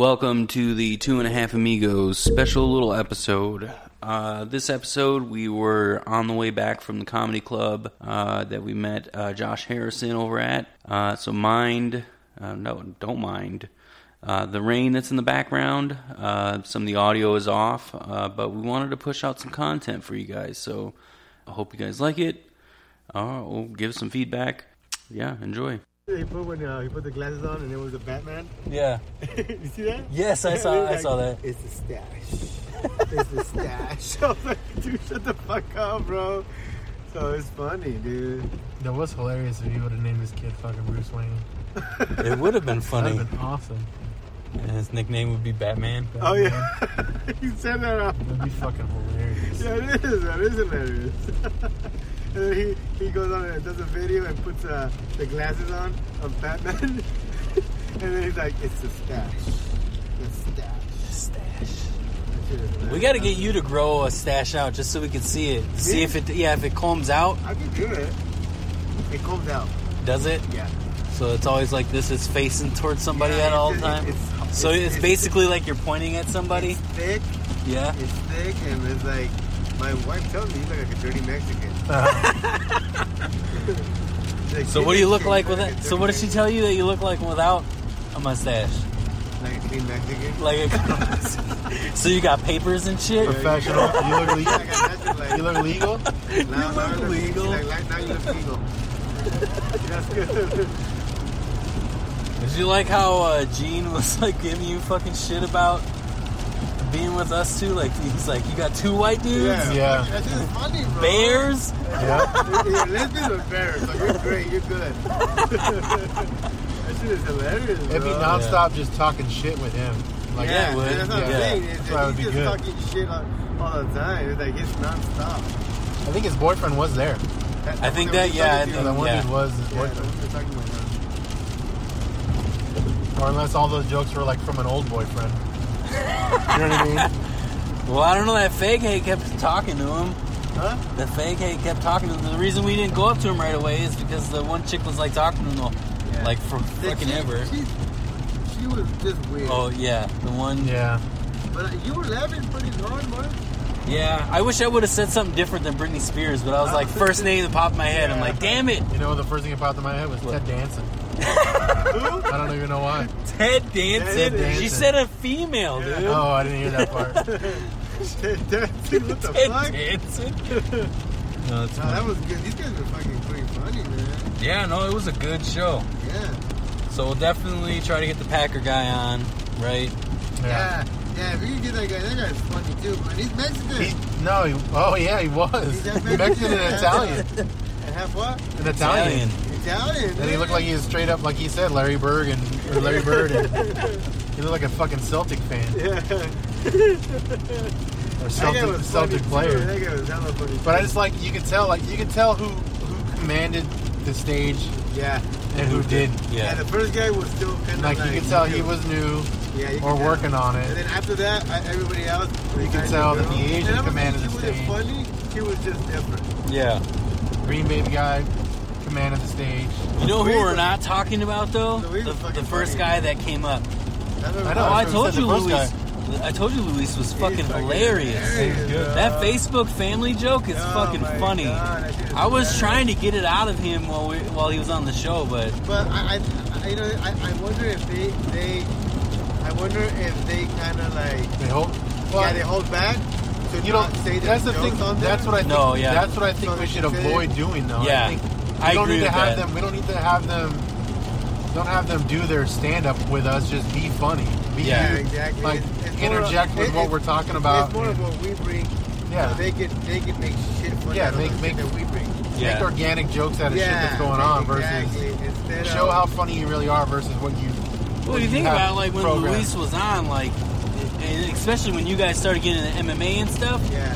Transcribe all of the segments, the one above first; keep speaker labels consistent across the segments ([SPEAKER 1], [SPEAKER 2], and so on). [SPEAKER 1] Welcome to the Two and a Half Amigos special little episode. Uh, this episode, we were on the way back from the comedy club uh, that we met uh, Josh Harrison over at. Uh, so, mind, uh, no, don't mind. Uh, the rain that's in the background, uh, some of the audio is off, uh, but we wanted to push out some content for you guys. So, I hope you guys like it. Uh, we'll give some feedback. Yeah, enjoy.
[SPEAKER 2] He put when uh, he put the glasses on, and it was a Batman.
[SPEAKER 3] Yeah.
[SPEAKER 2] you see that?
[SPEAKER 3] Yes, I saw- I saw that.
[SPEAKER 2] It's the stash. it's the stash. I was like, dude, shut the fuck up, bro. So it's funny, dude.
[SPEAKER 4] That was hilarious if you would have named this kid fucking Bruce Wayne.
[SPEAKER 3] It would have been
[SPEAKER 4] That would
[SPEAKER 3] funny.
[SPEAKER 4] have been awesome.
[SPEAKER 3] And his nickname would be Batman.
[SPEAKER 2] Oh yeah, you said that. Out.
[SPEAKER 4] That'd be fucking hilarious.
[SPEAKER 2] Yeah, it is. That is hilarious. and then he he goes on and does a video and puts uh, the glasses on of Batman, and then he's like, it's the stash. The stash. That shit is
[SPEAKER 3] We
[SPEAKER 2] hilarious.
[SPEAKER 3] got to get you to grow a stash out just so we can see it. See if it, yeah, if it combs out,
[SPEAKER 2] I can do it. It comes out.
[SPEAKER 3] does it?
[SPEAKER 2] Yeah.
[SPEAKER 3] So it's always like this is facing towards somebody
[SPEAKER 2] Yeah,
[SPEAKER 3] at all the
[SPEAKER 2] it's-
[SPEAKER 3] time.
[SPEAKER 2] it's-
[SPEAKER 3] so
[SPEAKER 2] it's-
[SPEAKER 3] it's,
[SPEAKER 2] it's-
[SPEAKER 3] basically like you're pointing at somebody.
[SPEAKER 2] It's thick.
[SPEAKER 3] Yeah.
[SPEAKER 2] It's thick, and it's like my wife tells me you look like a dirty Mexican.
[SPEAKER 4] Uh,
[SPEAKER 2] She's like,
[SPEAKER 3] So what do you look
[SPEAKER 2] "Mexican,
[SPEAKER 3] like with
[SPEAKER 2] like a
[SPEAKER 3] it? So
[SPEAKER 2] dirty
[SPEAKER 3] what does she tell you that you look like without a mustache?
[SPEAKER 2] Mexican." Like a clean Mexican.
[SPEAKER 3] Like, a, so you got papers and shit.
[SPEAKER 4] Professional. You look legal.
[SPEAKER 2] Like I imagine, like,
[SPEAKER 4] You look legal.
[SPEAKER 2] now- now
[SPEAKER 3] look
[SPEAKER 2] I she's
[SPEAKER 3] legal.
[SPEAKER 2] Like, like, now you look legal. That's good.
[SPEAKER 3] Did you like how uh, Gene was like giving you fucking shit about being with us too? Like he's like, you got two white dudes,
[SPEAKER 4] Yeah.
[SPEAKER 2] That shit is funny, bro.
[SPEAKER 3] bears.
[SPEAKER 4] Yeah.
[SPEAKER 2] You're lesbian or bears? Like, you're great. You're good. that shit is hilarious,
[SPEAKER 4] It'd be
[SPEAKER 2] bro.
[SPEAKER 3] Uh,
[SPEAKER 4] nonstop just talking shit with him. Like,
[SPEAKER 2] yeah,
[SPEAKER 3] it would,
[SPEAKER 2] That's what I'm
[SPEAKER 3] yeah.
[SPEAKER 2] saying. It's,
[SPEAKER 4] That's why it would
[SPEAKER 2] he's
[SPEAKER 4] be
[SPEAKER 2] just
[SPEAKER 4] good.
[SPEAKER 2] talking shit all, all the time. It's like it's nonstop.
[SPEAKER 4] I think his boyfriend was there.
[SPEAKER 2] That's
[SPEAKER 3] I
[SPEAKER 2] the
[SPEAKER 3] think
[SPEAKER 2] one
[SPEAKER 3] that-
[SPEAKER 2] was
[SPEAKER 3] yeah,
[SPEAKER 2] talking
[SPEAKER 3] I
[SPEAKER 2] to.
[SPEAKER 4] So that one
[SPEAKER 3] Yeah.
[SPEAKER 4] dude was his
[SPEAKER 2] Yeah, that's
[SPEAKER 4] boyfriend.
[SPEAKER 2] what we're talking about now.
[SPEAKER 4] Or unless all those jokes were like from an old boyfriend. You know what I mean?
[SPEAKER 3] Well, I don't know. That fag hate kept talking to him.
[SPEAKER 2] Huh?
[SPEAKER 3] The fag hate kept talking to him. The reason we didn't go up to him right away is because the one chick was like talking to him, all,
[SPEAKER 2] Yeah.
[SPEAKER 3] like for
[SPEAKER 2] That
[SPEAKER 3] fucking
[SPEAKER 2] she-
[SPEAKER 3] ever.
[SPEAKER 2] She, she was just weird.
[SPEAKER 3] Oh yeah, the one.
[SPEAKER 4] Yeah.
[SPEAKER 2] But uh, you were laughing pretty hard, Mark.
[SPEAKER 3] Yeah. I wish I would have said something different than Britney Spears, but I
[SPEAKER 4] Uh,
[SPEAKER 3] was like first name that popped in my head. I'm like, damn it,
[SPEAKER 4] You know, the first thing that popped in my head was
[SPEAKER 3] What?
[SPEAKER 4] Ted Danson.
[SPEAKER 2] Who?
[SPEAKER 4] I don't even know why.
[SPEAKER 3] Ted
[SPEAKER 2] Ted
[SPEAKER 3] Danson. She
[SPEAKER 4] Danson.
[SPEAKER 3] said a female, dude.
[SPEAKER 4] Oh, I didn't hear that part.
[SPEAKER 2] Ted Danson, what the
[SPEAKER 3] Ted
[SPEAKER 2] fuck?
[SPEAKER 3] Danson. No, it's
[SPEAKER 2] No, that was good. These guys were fucking pretty funny, man.
[SPEAKER 3] Yeah, no, it was a good show.
[SPEAKER 2] Yeah.
[SPEAKER 3] So we'll definitely try to get the Packer guy on, right?
[SPEAKER 4] Yeah.
[SPEAKER 2] Yeah. Yeah, if we can get that guy, that guy's funny too, man. He's Mexican.
[SPEAKER 4] He's, no, he, oh yeah, he was.
[SPEAKER 2] He's half
[SPEAKER 4] Mexican and Italian.
[SPEAKER 2] and half what?
[SPEAKER 4] An Italian.
[SPEAKER 2] Italian.
[SPEAKER 4] And he
[SPEAKER 2] man.
[SPEAKER 4] looked like he was straight up, like he said, Larry Berg and or Larry Bird. And he looked like a fucking Celtic fan
[SPEAKER 2] Yeah.
[SPEAKER 4] or
[SPEAKER 2] That guy
[SPEAKER 4] Celtic,
[SPEAKER 2] was
[SPEAKER 4] Celtic
[SPEAKER 2] funny,
[SPEAKER 4] player.
[SPEAKER 2] Too. That guy was hella funny.
[SPEAKER 4] But I just like you could tell, like you could tell who who commanded the stage
[SPEAKER 2] yeah.
[SPEAKER 4] and who didn't.
[SPEAKER 2] Yeah, the first guy was still kind of
[SPEAKER 4] Like you could tell he was new
[SPEAKER 2] yeah, you
[SPEAKER 4] or
[SPEAKER 2] could
[SPEAKER 4] working on
[SPEAKER 2] Tell. And
[SPEAKER 4] it.
[SPEAKER 2] then after that, I, everybody else. the
[SPEAKER 4] could
[SPEAKER 2] guys
[SPEAKER 4] tell
[SPEAKER 2] and
[SPEAKER 4] that the
[SPEAKER 2] girls.
[SPEAKER 4] Asian
[SPEAKER 2] And I don't
[SPEAKER 4] commanded
[SPEAKER 2] think
[SPEAKER 4] the
[SPEAKER 2] He
[SPEAKER 4] stage.
[SPEAKER 2] wasn't funny. He was just different.
[SPEAKER 3] Yeah.
[SPEAKER 4] Green Bay guy commanded the stage.
[SPEAKER 3] You know who
[SPEAKER 2] Louis-
[SPEAKER 3] we're not talking about though?
[SPEAKER 2] Louis
[SPEAKER 3] The,
[SPEAKER 2] was fucking
[SPEAKER 3] the first
[SPEAKER 2] funny.
[SPEAKER 3] guy that came up.
[SPEAKER 2] That's what
[SPEAKER 4] I
[SPEAKER 3] Oh,
[SPEAKER 4] know.
[SPEAKER 3] I
[SPEAKER 4] that's what we
[SPEAKER 3] told you,
[SPEAKER 4] said, the
[SPEAKER 3] Luis.
[SPEAKER 4] first
[SPEAKER 3] I told you, Luis was fucking,
[SPEAKER 2] fucking
[SPEAKER 3] hilarious.
[SPEAKER 2] hilarious, bro.
[SPEAKER 3] That Facebook family joke is
[SPEAKER 2] Oh
[SPEAKER 3] fucking
[SPEAKER 2] my
[SPEAKER 3] funny.
[SPEAKER 2] God, that shit is
[SPEAKER 3] I was
[SPEAKER 2] hilarious.
[SPEAKER 3] trying to get it out of him while we, while he was on the show, but
[SPEAKER 2] But I, I, I you know, I, I wonder if they, they, I wonder if they kind of like,
[SPEAKER 4] They hope.
[SPEAKER 2] yeah, they hold back. To
[SPEAKER 4] You
[SPEAKER 2] not
[SPEAKER 4] don't.
[SPEAKER 2] say the
[SPEAKER 4] That's the
[SPEAKER 2] jokes
[SPEAKER 4] thing.
[SPEAKER 2] On there.
[SPEAKER 4] That's what I think.
[SPEAKER 3] No, yeah.
[SPEAKER 4] That's what I think
[SPEAKER 2] So
[SPEAKER 4] we
[SPEAKER 2] they
[SPEAKER 4] should
[SPEAKER 2] can say-
[SPEAKER 4] avoid doing, though. I
[SPEAKER 3] Yeah.
[SPEAKER 4] think we
[SPEAKER 3] I
[SPEAKER 4] don't
[SPEAKER 3] agree
[SPEAKER 4] need to
[SPEAKER 3] with
[SPEAKER 4] have
[SPEAKER 3] that.
[SPEAKER 4] them. We don't need to have them. Don't have them do their stand up with us. Just be funny. Be
[SPEAKER 3] Yeah.
[SPEAKER 2] Yeah, exactly.
[SPEAKER 4] Like
[SPEAKER 2] It's- it's more
[SPEAKER 4] interject
[SPEAKER 2] of-
[SPEAKER 4] with
[SPEAKER 2] it-
[SPEAKER 4] what
[SPEAKER 2] it-
[SPEAKER 4] we're talking about.
[SPEAKER 2] It's more of what we bring.
[SPEAKER 4] Yeah.
[SPEAKER 2] So they could, they could make shit funny.
[SPEAKER 4] Yeah,
[SPEAKER 2] out of
[SPEAKER 4] make-
[SPEAKER 2] the shit
[SPEAKER 4] make-
[SPEAKER 2] that we bring.
[SPEAKER 4] and
[SPEAKER 3] yeah.
[SPEAKER 4] Make organic jokes out of shit that's going on
[SPEAKER 2] exactly.
[SPEAKER 4] versus
[SPEAKER 2] Instead
[SPEAKER 4] show
[SPEAKER 2] of,
[SPEAKER 4] how funny you really are versus what you.
[SPEAKER 3] Well, you think
[SPEAKER 4] have
[SPEAKER 3] about like when
[SPEAKER 4] programmed.
[SPEAKER 3] Luis was on, like, and especially when you guys started getting into MMA and stuff,
[SPEAKER 2] Yeah.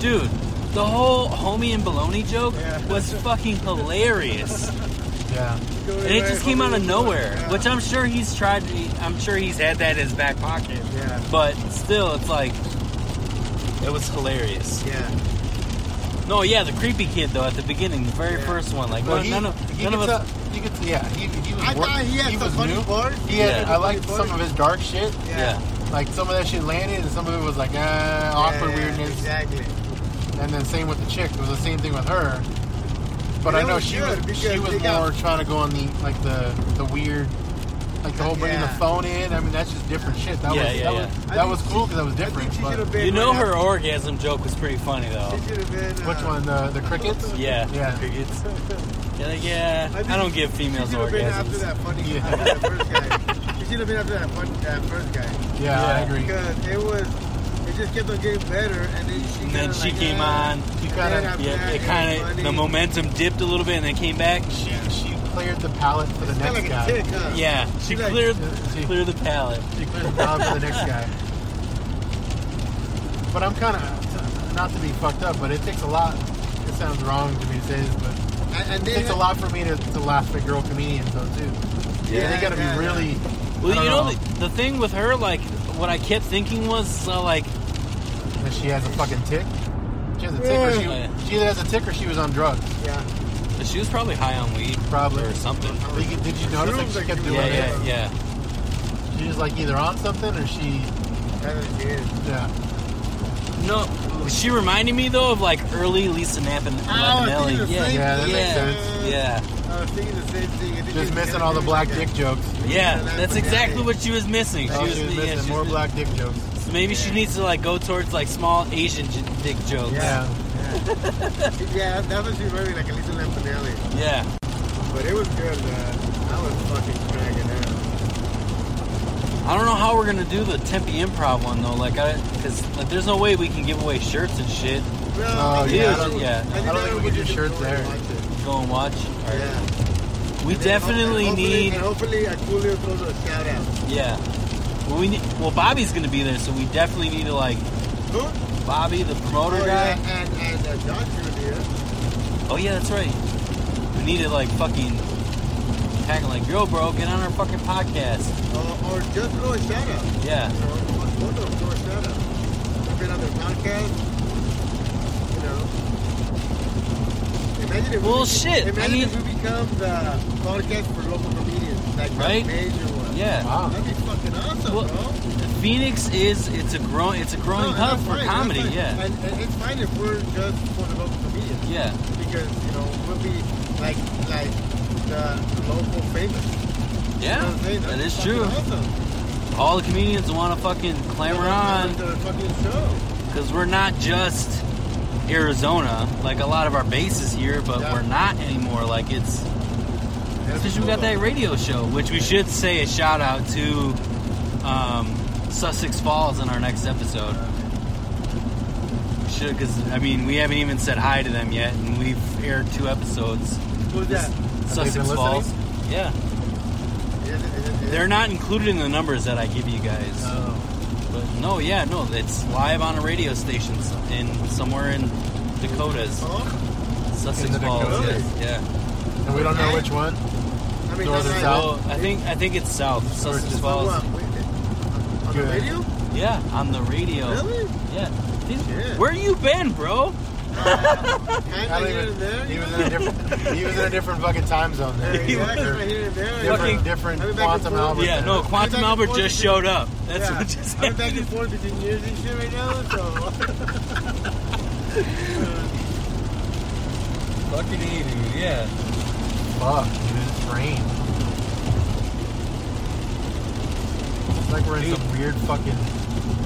[SPEAKER 3] dude. The whole homie and baloney joke
[SPEAKER 2] Yeah.
[SPEAKER 3] was fucking hilarious,
[SPEAKER 4] Yeah.
[SPEAKER 3] and it just came out of nowhere. Which I'm sure he's tried. To, I'm sure he's had that in his back pocket,
[SPEAKER 2] Yeah.
[SPEAKER 3] but still, it's like it was hilarious.
[SPEAKER 2] Yeah.
[SPEAKER 3] No, yeah, the creepy kid though at the beginning, the very
[SPEAKER 2] Yeah.
[SPEAKER 3] first one. Like,
[SPEAKER 4] Well,
[SPEAKER 3] no,
[SPEAKER 4] he,
[SPEAKER 3] none of
[SPEAKER 4] he
[SPEAKER 3] none of
[SPEAKER 4] gets
[SPEAKER 3] us.
[SPEAKER 4] up- he gets, yeah, he, he was
[SPEAKER 2] I
[SPEAKER 4] wor-
[SPEAKER 2] thought he had some
[SPEAKER 4] was
[SPEAKER 2] funny
[SPEAKER 4] new.
[SPEAKER 2] part.
[SPEAKER 4] He had,
[SPEAKER 3] Yeah.
[SPEAKER 4] I liked some of his dark shit.
[SPEAKER 3] Yeah.
[SPEAKER 4] Like some of that shit landed, and some of it was like uh, awkward
[SPEAKER 2] Yeah,
[SPEAKER 4] weirdness.
[SPEAKER 2] Exactly.
[SPEAKER 4] And then same with the chick. It was the same thing with her. But
[SPEAKER 2] That
[SPEAKER 4] I know
[SPEAKER 2] was
[SPEAKER 4] she
[SPEAKER 2] good,
[SPEAKER 4] was,
[SPEAKER 2] because
[SPEAKER 4] she was
[SPEAKER 2] they
[SPEAKER 4] more
[SPEAKER 2] got-
[SPEAKER 4] trying to go on the like the the weird, like the whole bringing
[SPEAKER 2] Yeah.
[SPEAKER 4] the phone in. I mean, that's just different shit. That
[SPEAKER 3] Yeah,
[SPEAKER 4] was
[SPEAKER 3] yeah,
[SPEAKER 4] that,
[SPEAKER 3] yeah.
[SPEAKER 4] Was,
[SPEAKER 2] I
[SPEAKER 4] that
[SPEAKER 2] think
[SPEAKER 4] was cool because that was
[SPEAKER 2] I think
[SPEAKER 4] different.
[SPEAKER 2] she
[SPEAKER 4] but-
[SPEAKER 2] should have been.
[SPEAKER 3] You know
[SPEAKER 2] right
[SPEAKER 3] her
[SPEAKER 2] after-
[SPEAKER 3] orgasm joke was pretty funny though.
[SPEAKER 2] She should have been.
[SPEAKER 4] which
[SPEAKER 2] uh,
[SPEAKER 4] one? The the crickets.
[SPEAKER 3] Yeah.
[SPEAKER 4] Yeah.
[SPEAKER 3] Crickets. Yeah, like, yeah. I,
[SPEAKER 2] think
[SPEAKER 3] don't give
[SPEAKER 2] She should
[SPEAKER 3] females
[SPEAKER 2] have been after
[SPEAKER 3] orgasms.
[SPEAKER 2] that funny.
[SPEAKER 4] Yeah.
[SPEAKER 2] After that first guy. She should have been after that, fun, that first guy.
[SPEAKER 4] Yeah, I
[SPEAKER 3] Yeah.
[SPEAKER 4] agree.
[SPEAKER 2] Because uh, it was. It just kept on getting better, and then she.
[SPEAKER 3] And then
[SPEAKER 2] kinda
[SPEAKER 3] she
[SPEAKER 2] like,
[SPEAKER 3] came
[SPEAKER 2] uh,
[SPEAKER 3] on.
[SPEAKER 4] You
[SPEAKER 2] then
[SPEAKER 4] gotta.
[SPEAKER 2] after
[SPEAKER 3] Yeah,
[SPEAKER 2] that,
[SPEAKER 3] it
[SPEAKER 2] was
[SPEAKER 3] kind
[SPEAKER 2] funny.
[SPEAKER 3] of the momentum dipped a little bit and then came back.
[SPEAKER 4] She she cleared the palette for the
[SPEAKER 2] It's
[SPEAKER 4] next
[SPEAKER 2] kinda like
[SPEAKER 4] guy.
[SPEAKER 2] a tick, huh?
[SPEAKER 3] Yeah, she
[SPEAKER 2] She's like-
[SPEAKER 3] cleared
[SPEAKER 4] She-
[SPEAKER 3] cleared the palate.
[SPEAKER 4] She cleared the palette for the next guy. But I'm kind of not to be fucked up, but it takes a lot. It sounds wrong to me to say this, but
[SPEAKER 2] And, and
[SPEAKER 4] It
[SPEAKER 2] they
[SPEAKER 4] takes a
[SPEAKER 2] had-
[SPEAKER 4] lot for me to, to laugh at girl comedians, though, too. Yeah,
[SPEAKER 2] Yeah,
[SPEAKER 4] they gotta
[SPEAKER 2] yeah,
[SPEAKER 4] be really. I
[SPEAKER 3] Well,
[SPEAKER 4] don't
[SPEAKER 3] you know, the, the thing with her, like, what I kept thinking was, uh, like,
[SPEAKER 4] that she has a fucking tick. She has a tick, or she, she either has a tick or she was on drugs.
[SPEAKER 2] Yeah.
[SPEAKER 3] she was probably high on weed,
[SPEAKER 4] Probably.
[SPEAKER 3] or something.
[SPEAKER 4] Did you, did you notice? Like, she kept doing
[SPEAKER 3] Yeah,
[SPEAKER 4] it.
[SPEAKER 3] yeah, yeah.
[SPEAKER 4] She was like either on something or she.
[SPEAKER 2] That's what she is.
[SPEAKER 4] Yeah.
[SPEAKER 3] No, she reminded me though of like early Lisa Napin-
[SPEAKER 2] Oh, I think
[SPEAKER 3] Lapinelli.
[SPEAKER 2] the
[SPEAKER 3] yeah,
[SPEAKER 2] same
[SPEAKER 4] Yeah, that
[SPEAKER 3] yeah,
[SPEAKER 4] makes
[SPEAKER 2] sense.
[SPEAKER 3] yeah,
[SPEAKER 2] I was thinking the same thing. I think
[SPEAKER 4] Just
[SPEAKER 2] it's
[SPEAKER 4] missing
[SPEAKER 2] kinda
[SPEAKER 4] all the
[SPEAKER 2] doing
[SPEAKER 4] black
[SPEAKER 2] like
[SPEAKER 4] dick
[SPEAKER 2] a-
[SPEAKER 4] jokes.
[SPEAKER 3] yeah. That's exactly what she was missing. She
[SPEAKER 4] Oh, she was
[SPEAKER 3] yeah,
[SPEAKER 4] missing
[SPEAKER 3] she
[SPEAKER 4] more
[SPEAKER 3] was-
[SPEAKER 4] black dick jokes.
[SPEAKER 3] so Maybe she needs to like go towards like small Asian j- dick jokes.
[SPEAKER 4] Yeah.
[SPEAKER 2] Yeah, that was really like a little Lampanelli.
[SPEAKER 3] yeah.
[SPEAKER 2] But it was good, man. I was fucking cracking out.
[SPEAKER 3] I don't know how we're gonna do the Tempe Improv one though. Like, I, cause like, there's no way we can give away shirts and shit.
[SPEAKER 2] No,
[SPEAKER 4] Oh,
[SPEAKER 2] think
[SPEAKER 3] yeah,
[SPEAKER 2] that
[SPEAKER 3] I don't-
[SPEAKER 2] was-
[SPEAKER 3] yeah.
[SPEAKER 2] think
[SPEAKER 4] I don't
[SPEAKER 2] that
[SPEAKER 4] think we
[SPEAKER 2] was
[SPEAKER 4] could do
[SPEAKER 2] just
[SPEAKER 4] shirts
[SPEAKER 2] enjoy
[SPEAKER 4] there.
[SPEAKER 2] watching.
[SPEAKER 3] Go and watch.
[SPEAKER 2] Yeah.
[SPEAKER 3] We
[SPEAKER 2] And then
[SPEAKER 3] definitely
[SPEAKER 2] hopefully-
[SPEAKER 3] need.
[SPEAKER 2] And hopefully, Aculio throws a shout out.
[SPEAKER 3] Yeah. Well, we need, well, Bobby's gonna be there, so we definitely need to like
[SPEAKER 2] Who?
[SPEAKER 3] Bobby, the promoter
[SPEAKER 2] Oh,
[SPEAKER 3] guy.
[SPEAKER 2] yeah, and, and uh, Josh Jr.
[SPEAKER 3] Oh yeah, that's right. We need to like fucking tackle like, yo, bro, get on our fucking podcast.
[SPEAKER 2] Uh, Or, or just throw a shout out.
[SPEAKER 3] Yeah.
[SPEAKER 2] You know, both of them throw a shout out. I've been on their podcast. You know. Imagine if
[SPEAKER 3] Well,
[SPEAKER 2] we,
[SPEAKER 3] shit, I
[SPEAKER 2] Imagine
[SPEAKER 3] mean-
[SPEAKER 2] if we become the podcast for local comedians, like
[SPEAKER 3] Right?
[SPEAKER 2] the major one.
[SPEAKER 3] Yeah.
[SPEAKER 4] Wow.
[SPEAKER 2] That'd be fucking awesome,
[SPEAKER 3] Well,
[SPEAKER 2] bro.
[SPEAKER 3] Phoenix is it's a grow it's a
[SPEAKER 2] No,
[SPEAKER 3] growing
[SPEAKER 2] and
[SPEAKER 3] hub
[SPEAKER 2] that's
[SPEAKER 3] for
[SPEAKER 2] fine, that's
[SPEAKER 3] comedy.
[SPEAKER 2] fine.
[SPEAKER 3] Yeah.
[SPEAKER 2] And, and it's fine if we're just for the local comedians.
[SPEAKER 3] Yeah.
[SPEAKER 2] Because you know we'll be like like the local famous. You know what
[SPEAKER 3] Yeah.
[SPEAKER 2] I'm saying?
[SPEAKER 3] That
[SPEAKER 2] That's
[SPEAKER 3] is
[SPEAKER 2] fucking
[SPEAKER 3] true.
[SPEAKER 2] Awesome.
[SPEAKER 3] All the comedians want to fucking clamor on
[SPEAKER 2] The fucking show.
[SPEAKER 3] because we're not just Arizona. Like a lot of our base is here, but
[SPEAKER 2] Yeah.
[SPEAKER 3] we're not anymore. Like it's
[SPEAKER 2] That'd be
[SPEAKER 3] Since we got
[SPEAKER 2] cool.
[SPEAKER 3] that radio show, which we should say a shout out to um, Sussex Falls in our next episode. Should because I mean we haven't even said hi to them yet, and we've aired two episodes.
[SPEAKER 2] Who's that?
[SPEAKER 3] Sussex
[SPEAKER 4] listening?
[SPEAKER 3] Falls. Yeah,
[SPEAKER 2] Is it- is it- is
[SPEAKER 3] they're not included in the numbers that I give you
[SPEAKER 2] Oh,
[SPEAKER 3] guys. But no, yeah, no, it's live on a radio station s- in somewhere in Dakotas,
[SPEAKER 2] Oh,
[SPEAKER 3] Sussex
[SPEAKER 4] the
[SPEAKER 3] Falls.
[SPEAKER 4] Dakotas.
[SPEAKER 3] yes, Yeah,
[SPEAKER 4] And we don't know which one.
[SPEAKER 2] I mean,
[SPEAKER 4] Northern
[SPEAKER 2] that's
[SPEAKER 4] South.
[SPEAKER 2] like-
[SPEAKER 3] so I think I think it's south Sussex
[SPEAKER 2] So
[SPEAKER 3] Falls.
[SPEAKER 2] what, wait, On the
[SPEAKER 4] Good.
[SPEAKER 2] radio?
[SPEAKER 3] Yeah, on the radio.
[SPEAKER 2] Really?
[SPEAKER 3] Yeah. These-
[SPEAKER 2] Shit.
[SPEAKER 3] Where you been, bro?
[SPEAKER 2] Kind
[SPEAKER 4] I
[SPEAKER 2] of
[SPEAKER 4] don't
[SPEAKER 2] here and there.
[SPEAKER 4] even. He was in a different. he was in a different fucking time zone
[SPEAKER 2] Yeah,
[SPEAKER 4] there.
[SPEAKER 2] exactly, right here and there.
[SPEAKER 4] Different,
[SPEAKER 3] Fucking-
[SPEAKER 4] different
[SPEAKER 2] I've been back and
[SPEAKER 4] quantum
[SPEAKER 2] forth.
[SPEAKER 4] Albert.
[SPEAKER 3] Yeah, no, Quantum
[SPEAKER 2] Back and
[SPEAKER 3] Albert
[SPEAKER 2] forth
[SPEAKER 3] just
[SPEAKER 2] between-
[SPEAKER 3] showed up. That's
[SPEAKER 2] Yeah.
[SPEAKER 3] what just
[SPEAKER 2] I'm back
[SPEAKER 3] happened.
[SPEAKER 2] and forth between years and shit right now, so.
[SPEAKER 3] Fucking A, dude, yeah.
[SPEAKER 4] Fuck, dude, it's rain. It's like we're in
[SPEAKER 3] Dude.
[SPEAKER 4] some weird fucking.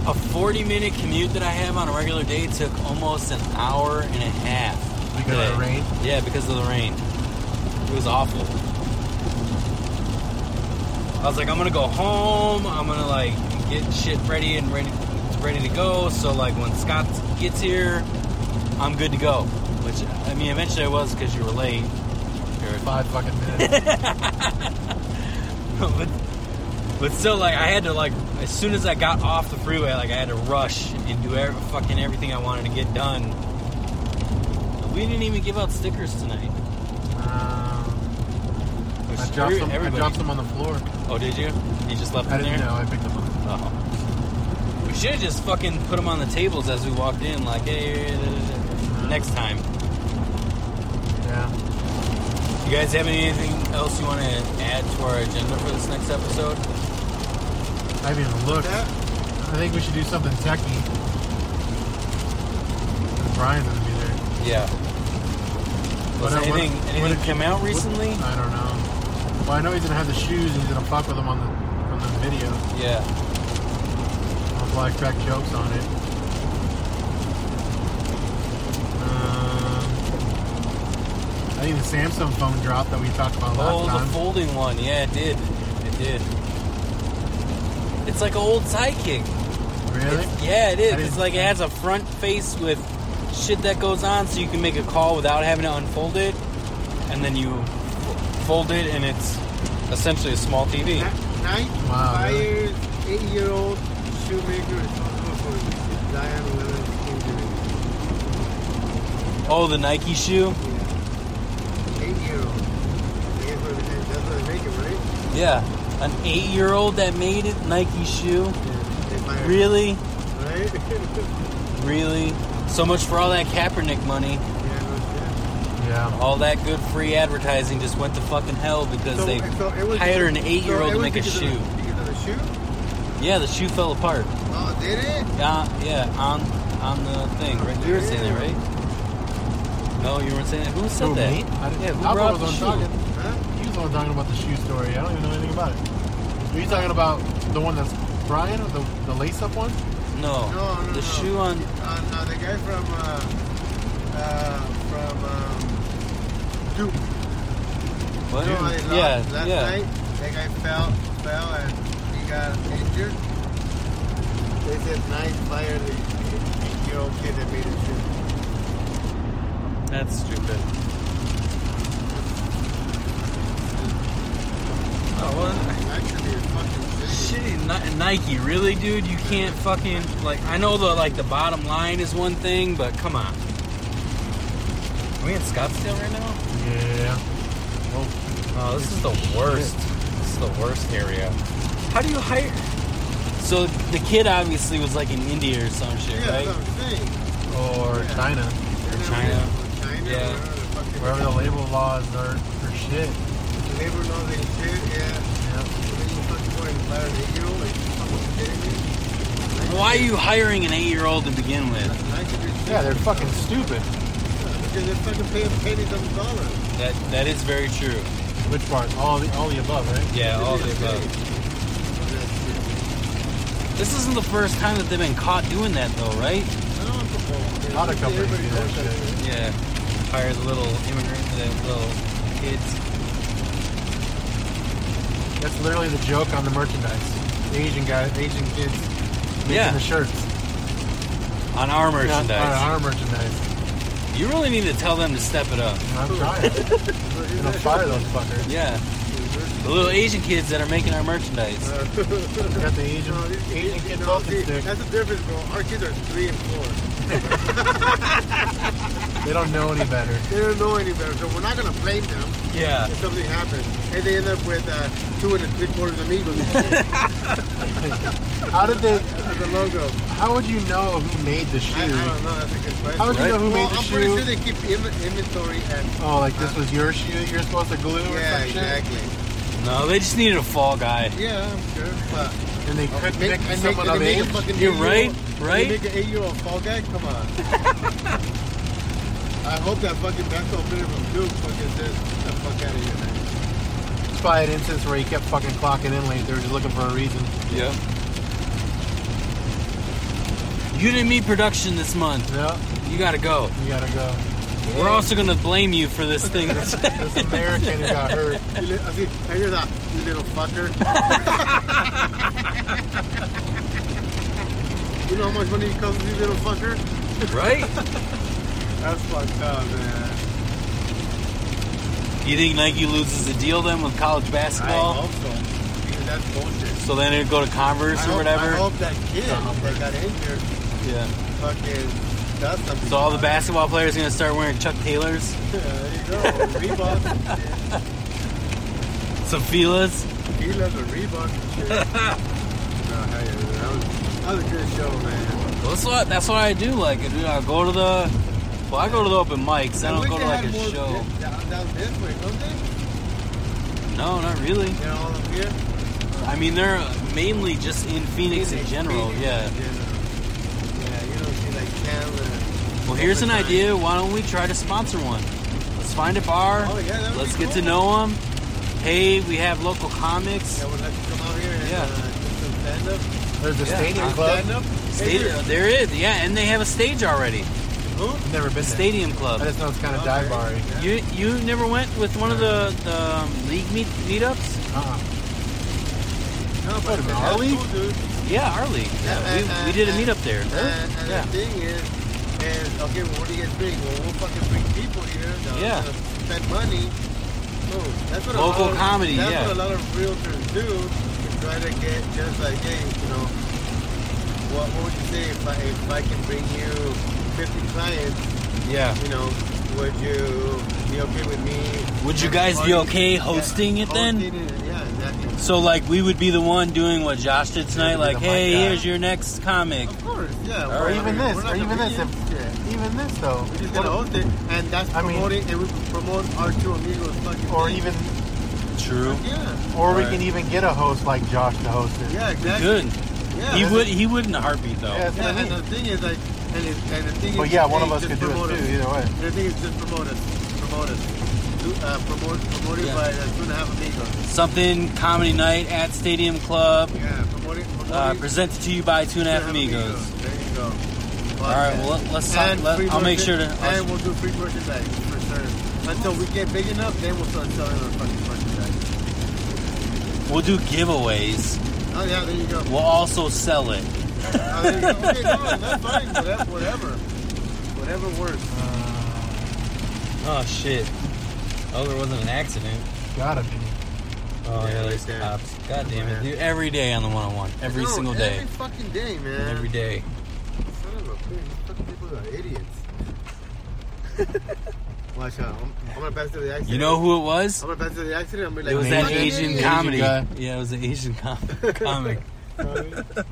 [SPEAKER 3] A 40 minute commute that I have on a regular day took almost an hour and a half.
[SPEAKER 4] Because of the
[SPEAKER 3] today.
[SPEAKER 4] rain?
[SPEAKER 3] Yeah, because of the rain. It was awful. I was like, I'm gonna go home. I'm gonna like get shit ready and ready, ready to go. So like when Scott gets here, I'm good to go. Which I mean, eventually I was because you were late. You're
[SPEAKER 4] Five fucking minutes.
[SPEAKER 3] but but still, like I had to like as soon as I got off the freeway, like I had to rush and do er- fucking everything I wanted to get done. We didn't even give out stickers tonight.
[SPEAKER 4] um,
[SPEAKER 3] Which
[SPEAKER 4] I, Uh, dropped
[SPEAKER 3] every-
[SPEAKER 4] them, I
[SPEAKER 3] everybody-
[SPEAKER 4] dropped them on the floor.
[SPEAKER 3] Oh, did you? You just left
[SPEAKER 4] I
[SPEAKER 3] them
[SPEAKER 4] didn't
[SPEAKER 3] there.
[SPEAKER 4] know. I picked them up. Uh-huh.
[SPEAKER 3] Oh. We should have just fucking put them on the tables as we walked in. Like, hey, next time.
[SPEAKER 4] Yeah.
[SPEAKER 3] You guys have anything else you want to add to our agenda for this next episode?
[SPEAKER 4] I haven't even looked.
[SPEAKER 2] That,
[SPEAKER 4] I think we should do something techie. Brian's gonna be there.
[SPEAKER 3] Yeah.
[SPEAKER 4] What-
[SPEAKER 3] Was anything
[SPEAKER 4] what-
[SPEAKER 3] anything
[SPEAKER 4] what did
[SPEAKER 3] come out recently?
[SPEAKER 4] I don't know. Well, I know he's gonna have the shoes. and He's gonna fuck with them on the on the video.
[SPEAKER 3] yeah.
[SPEAKER 4] I'll blackjack jokes on it. Um, I think the Samsung phone drop that we talked about
[SPEAKER 3] Oh,
[SPEAKER 4] last
[SPEAKER 3] the
[SPEAKER 4] time.
[SPEAKER 3] folding one. Yeah, it did. It did. It's like an old sidekick.
[SPEAKER 4] really?
[SPEAKER 3] It's- yeah, it is.
[SPEAKER 4] I
[SPEAKER 3] It's
[SPEAKER 4] didn't-
[SPEAKER 3] like it has a front face with shit that goes on, so you can make a call without having to unfold it, and then you fold it, and it's essentially a small TV.
[SPEAKER 2] that nine
[SPEAKER 4] Wow,
[SPEAKER 2] five
[SPEAKER 4] really?
[SPEAKER 2] years, eight year old shoemaker responsible for this Zion Williams injury.
[SPEAKER 3] Oh, the Nike shoe.
[SPEAKER 2] Yeah. Eight year old. That's what they make it, right?
[SPEAKER 3] Yeah, an eight-year-old that made it Nike shoe.
[SPEAKER 2] They fired him,
[SPEAKER 3] Really,
[SPEAKER 2] Right?
[SPEAKER 3] really. So much for all that Kaepernick money.
[SPEAKER 2] yeah, no shit.
[SPEAKER 4] Yeah.
[SPEAKER 3] All that good free advertising just went to fucking hell because they.
[SPEAKER 2] it was
[SPEAKER 3] hired
[SPEAKER 2] because-
[SPEAKER 3] an eight-year-old
[SPEAKER 2] so it was
[SPEAKER 3] to make a
[SPEAKER 2] because of
[SPEAKER 3] shoe.
[SPEAKER 2] The, because of the shoe?
[SPEAKER 3] Yeah, the shoe fell apart.
[SPEAKER 2] Oh, did it?
[SPEAKER 3] Yeah, yeah, on on the thing, right? You were saying that, right? No, you weren't saying that. Who said
[SPEAKER 4] Who,
[SPEAKER 3] that?
[SPEAKER 4] me? I didn't,
[SPEAKER 3] yeah, who
[SPEAKER 4] Alba
[SPEAKER 3] brought
[SPEAKER 4] was
[SPEAKER 3] the
[SPEAKER 4] on
[SPEAKER 3] shoe?
[SPEAKER 4] talking.
[SPEAKER 2] Huh?
[SPEAKER 4] He was on talking about the shoe story. I don't even know anything about it. Are you talking about the one that's Brian or the, the lace up one?
[SPEAKER 3] No,
[SPEAKER 2] No, no,
[SPEAKER 3] the
[SPEAKER 2] no.
[SPEAKER 3] shoe on.
[SPEAKER 2] Uh, no, the guy from, uh, uh, from, um, Duke.
[SPEAKER 3] What?
[SPEAKER 2] You know how they lost
[SPEAKER 3] yeah,
[SPEAKER 2] last
[SPEAKER 3] yeah.
[SPEAKER 2] night? That guy fell, fell, and he got injured. They said nice fire the eight-year-old kid that made a shoe.
[SPEAKER 3] That's stupid. Oh,
[SPEAKER 2] Actually, it's fucking
[SPEAKER 3] well,
[SPEAKER 2] shitty.
[SPEAKER 3] shitty Ni- Nike, really, dude? You can't fucking like. I know the like the bottom line is one thing, but come on. Are we in Scottsdale right now?
[SPEAKER 4] Yeah.
[SPEAKER 3] Oh, this is the worst. This is the worst area. How do you hire? So the kid obviously was like in India or some shit,
[SPEAKER 2] Yeah,
[SPEAKER 3] right?
[SPEAKER 2] that's what I'm saying.
[SPEAKER 4] Or
[SPEAKER 2] Yeah.
[SPEAKER 4] China.
[SPEAKER 2] They're
[SPEAKER 3] China.
[SPEAKER 2] not- China,
[SPEAKER 3] Yeah.
[SPEAKER 2] whatever the fuck they-
[SPEAKER 4] Wherever the label laws are for shit.
[SPEAKER 2] Labor laws and shit, yeah.
[SPEAKER 4] Yeah.
[SPEAKER 3] Why are you hiring an eight-year-old to begin with?
[SPEAKER 4] Yeah, they're fucking stupid.
[SPEAKER 2] Because they're fucking paying pennies on the dollar.
[SPEAKER 3] That that is very true.
[SPEAKER 4] Which part? All the all the above, right?
[SPEAKER 3] Yeah, all the above. This isn't the first time that they've been caught doing that, though, right?
[SPEAKER 4] A lot of companies do that shit.
[SPEAKER 3] Yeah. Hire the little immigrant, the little kids.
[SPEAKER 4] That's literally the joke on the merchandise. The Asian guys, Asian kids making
[SPEAKER 3] Yeah.
[SPEAKER 4] the shirts.
[SPEAKER 3] On our
[SPEAKER 4] Yeah,
[SPEAKER 3] merchandise.
[SPEAKER 4] Our, our merchandise.
[SPEAKER 3] You really need to tell them to step it up.
[SPEAKER 4] I'm trying. I'm gonna fire those fuckers.
[SPEAKER 3] Yeah. The little Asian kids that are making our merchandise.
[SPEAKER 4] You got the Asian, Asian kid selfie stick.
[SPEAKER 2] That's the difference, bro. Our kids are three and four.
[SPEAKER 4] They don't know any better.
[SPEAKER 2] They don't know any better, so we're not gonna blame them
[SPEAKER 3] Yeah.
[SPEAKER 2] if something happens, and they end up with uh, two and a three quarters amigos as
[SPEAKER 4] How did they?
[SPEAKER 2] a logo.
[SPEAKER 4] How would you know who made the
[SPEAKER 2] I, I
[SPEAKER 4] shoe?
[SPEAKER 2] don't know. That's a good question.
[SPEAKER 4] How would you know who
[SPEAKER 2] well,
[SPEAKER 4] made the
[SPEAKER 2] I'm pretty
[SPEAKER 4] shoe?
[SPEAKER 2] sure they keep Im- inventory at.
[SPEAKER 4] Oh, like this was your shoe that you're supposed to glue or
[SPEAKER 2] Yeah,
[SPEAKER 4] some shit?
[SPEAKER 2] exactly.
[SPEAKER 3] No, they just needed a fall guy.
[SPEAKER 2] Yeah, I'm sure, but.
[SPEAKER 4] And they could pick
[SPEAKER 2] and
[SPEAKER 4] someone
[SPEAKER 2] and
[SPEAKER 4] of
[SPEAKER 2] make a
[SPEAKER 4] age.
[SPEAKER 2] fucking
[SPEAKER 3] You're right,
[SPEAKER 2] eight-year-old- and
[SPEAKER 3] right?
[SPEAKER 2] Make an eight-year-old fall guy. Come on. I hope that fucking backhoe player from Duke fucking says "Get the fuck out of here. Man.
[SPEAKER 4] It's probably an instance where he kept fucking clocking in late. They were just looking for a reason.
[SPEAKER 3] Yeah. You didn't meet production this month.
[SPEAKER 4] Yeah,
[SPEAKER 3] You gotta go.
[SPEAKER 4] you gotta go.
[SPEAKER 3] We're also gonna blame you for this thing.
[SPEAKER 4] This American who got hurt.
[SPEAKER 2] You li- I see, and you're that you little fucker. you know how much money it costs, you little fucker?
[SPEAKER 3] right?
[SPEAKER 2] That's fucked up, man.
[SPEAKER 3] You think Nike loses a deal then with college
[SPEAKER 2] I
[SPEAKER 3] basketball?
[SPEAKER 2] hope so. Because that's bullshit. Uh-huh.
[SPEAKER 3] So then it'd go to
[SPEAKER 2] I
[SPEAKER 3] Converse or
[SPEAKER 2] hope,
[SPEAKER 3] whatever?
[SPEAKER 2] I hope that kid that got injured
[SPEAKER 3] Yeah.
[SPEAKER 2] fucking does something.
[SPEAKER 3] So all the
[SPEAKER 2] about it.
[SPEAKER 3] basketball players are gonna start wearing Chuck Taylors,
[SPEAKER 2] Yeah, there you go. Reebok.
[SPEAKER 3] some Fila's.
[SPEAKER 2] He loves a Reebok and shit. no, hey, that was, that was a good show, man.
[SPEAKER 3] Well, that's what that's what I do. Like, dude, I go to the Well, I go to the open mics. I
[SPEAKER 2] wish
[SPEAKER 3] don't go
[SPEAKER 2] they
[SPEAKER 3] to like
[SPEAKER 2] had
[SPEAKER 3] a
[SPEAKER 2] more
[SPEAKER 3] show.
[SPEAKER 2] dip Down, down this way, don't they?
[SPEAKER 3] No, not really.
[SPEAKER 2] They're all up here.
[SPEAKER 3] I mean, they're mainly just in Phoenix in general.
[SPEAKER 2] Phoenix
[SPEAKER 3] Yeah.
[SPEAKER 2] in general. Yeah, you don't see like Chandler.
[SPEAKER 3] Well, here's an
[SPEAKER 2] Overtime.
[SPEAKER 3] idea. Why don't we try to sponsor one? Let's find a bar.
[SPEAKER 2] Oh, yeah, that would
[SPEAKER 3] Let's
[SPEAKER 2] be
[SPEAKER 3] get to
[SPEAKER 2] cool.
[SPEAKER 3] know them. Hey, we have local comics.
[SPEAKER 2] I would like to come out here and
[SPEAKER 3] Yeah.
[SPEAKER 2] uh, do some stand up.
[SPEAKER 4] There's a
[SPEAKER 3] Yeah,
[SPEAKER 4] stadium
[SPEAKER 3] I'm
[SPEAKER 4] club.
[SPEAKER 2] Stand up.
[SPEAKER 3] Sta- there is, yeah, and they have a stage already.
[SPEAKER 4] I've never
[SPEAKER 3] The
[SPEAKER 4] been there.
[SPEAKER 3] Stadium Club.
[SPEAKER 4] I just know it's kind of
[SPEAKER 2] Okay.
[SPEAKER 4] dive bar
[SPEAKER 3] You you never went with one of the, the um, league meet meetups?
[SPEAKER 4] uh
[SPEAKER 2] No, but
[SPEAKER 4] minute,
[SPEAKER 2] that's
[SPEAKER 4] are we?
[SPEAKER 2] cool, dude.
[SPEAKER 3] Yeah, our league. Yeah, we, we did a meetup there.
[SPEAKER 2] And, and
[SPEAKER 3] Yeah.
[SPEAKER 2] the thing is, is okay. Well, what do you guys bring? Well, we'll fucking bring people here. That
[SPEAKER 3] Yeah.
[SPEAKER 2] to Spend money. Oh, that's what a
[SPEAKER 3] Local
[SPEAKER 2] lot of,
[SPEAKER 3] comedy,
[SPEAKER 2] That's
[SPEAKER 3] yeah.
[SPEAKER 2] what a lot of realtors do. Is try to get just like, hey, you know, what, what would you say if I if I can bring you 50 clients?
[SPEAKER 3] Yeah.
[SPEAKER 2] You know, would you be okay with me?
[SPEAKER 3] Would you
[SPEAKER 2] having
[SPEAKER 3] guys be
[SPEAKER 2] parties?
[SPEAKER 3] okay
[SPEAKER 2] Yeah,
[SPEAKER 3] hosting it then?
[SPEAKER 2] hosting it, Yeah, exactly.
[SPEAKER 3] So like we would be the one doing what Josh did tonight,
[SPEAKER 4] be
[SPEAKER 3] like,
[SPEAKER 4] the
[SPEAKER 3] hey,
[SPEAKER 4] mic guy.
[SPEAKER 3] here's your next comic.
[SPEAKER 2] Of course, yeah.
[SPEAKER 4] Or
[SPEAKER 2] we're
[SPEAKER 4] even
[SPEAKER 2] not- we're
[SPEAKER 4] this,
[SPEAKER 2] not
[SPEAKER 4] or even this.
[SPEAKER 2] competing. Yeah.
[SPEAKER 4] If, even this though.
[SPEAKER 2] We're just gonna
[SPEAKER 4] What-
[SPEAKER 2] host it, and that's
[SPEAKER 4] I mean-
[SPEAKER 2] promoting, and we promote our two amigos fucking.
[SPEAKER 4] Or
[SPEAKER 2] thing.
[SPEAKER 4] even,
[SPEAKER 3] True.
[SPEAKER 2] yeah,
[SPEAKER 4] or we
[SPEAKER 3] Right.
[SPEAKER 4] can even get a host like Josh to host it.
[SPEAKER 2] yeah, exactly.
[SPEAKER 3] Good.
[SPEAKER 2] Yeah,
[SPEAKER 3] He
[SPEAKER 2] that's-
[SPEAKER 3] would he would in a heartbeat though.
[SPEAKER 4] Yeah, that's
[SPEAKER 2] Yeah,
[SPEAKER 4] what I
[SPEAKER 2] and
[SPEAKER 4] mean.
[SPEAKER 2] the thing is like, and, it, and the thing
[SPEAKER 4] But
[SPEAKER 2] is,
[SPEAKER 4] yeah, one
[SPEAKER 2] hey,
[SPEAKER 4] of us
[SPEAKER 2] just
[SPEAKER 4] could do
[SPEAKER 2] promote
[SPEAKER 4] it
[SPEAKER 2] us.
[SPEAKER 4] too. Either way.
[SPEAKER 2] The thing is, just promote us, promote us, Do- uh, promote, promoted
[SPEAKER 3] Yeah.
[SPEAKER 2] by uh, two and a half amigos.
[SPEAKER 3] Something comedy night at Stadium Club.
[SPEAKER 2] Yeah, promoted, promoted
[SPEAKER 3] Uh, presented to you by Two and a Half Amigos.
[SPEAKER 2] There you go.
[SPEAKER 3] All right, well let, let's talk,
[SPEAKER 2] And
[SPEAKER 3] let,
[SPEAKER 2] free
[SPEAKER 3] I'll make sure to.
[SPEAKER 2] merchandise.
[SPEAKER 3] I'll-
[SPEAKER 2] and we'll do free merchandise for sure. Until we get big enough, then we'll start selling our fucking merchandise.
[SPEAKER 3] we'll do giveaways.
[SPEAKER 2] Oh yeah, there you go. Uh,
[SPEAKER 3] We'll also sell
[SPEAKER 2] I
[SPEAKER 3] it.
[SPEAKER 2] mean, okay, no, that's fine. Whatever, whatever, whatever works.
[SPEAKER 3] Oh shit! Oh, there wasn't an accident.
[SPEAKER 4] Gotta be.
[SPEAKER 3] Oh
[SPEAKER 2] Yeah,
[SPEAKER 3] yeah,
[SPEAKER 2] right
[SPEAKER 3] there's
[SPEAKER 2] there.
[SPEAKER 3] cops. God damn
[SPEAKER 2] Yeah.
[SPEAKER 3] it! Dude, every day on the 101, every
[SPEAKER 2] No,
[SPEAKER 3] single day,
[SPEAKER 2] Every fucking day, man.
[SPEAKER 3] every day.
[SPEAKER 2] Son of a bitch, these fucking people are idiots. Watch out! I'm, I'm gonna pass through the accident.
[SPEAKER 3] You know who it was?
[SPEAKER 2] I'm gonna pass through the accident. I'm gonna be
[SPEAKER 3] It
[SPEAKER 2] like,
[SPEAKER 3] was that
[SPEAKER 2] "Fucking
[SPEAKER 3] Asian
[SPEAKER 2] idiot."
[SPEAKER 3] comedy.
[SPEAKER 4] guy.
[SPEAKER 3] Yeah, it was an Asian com- comic.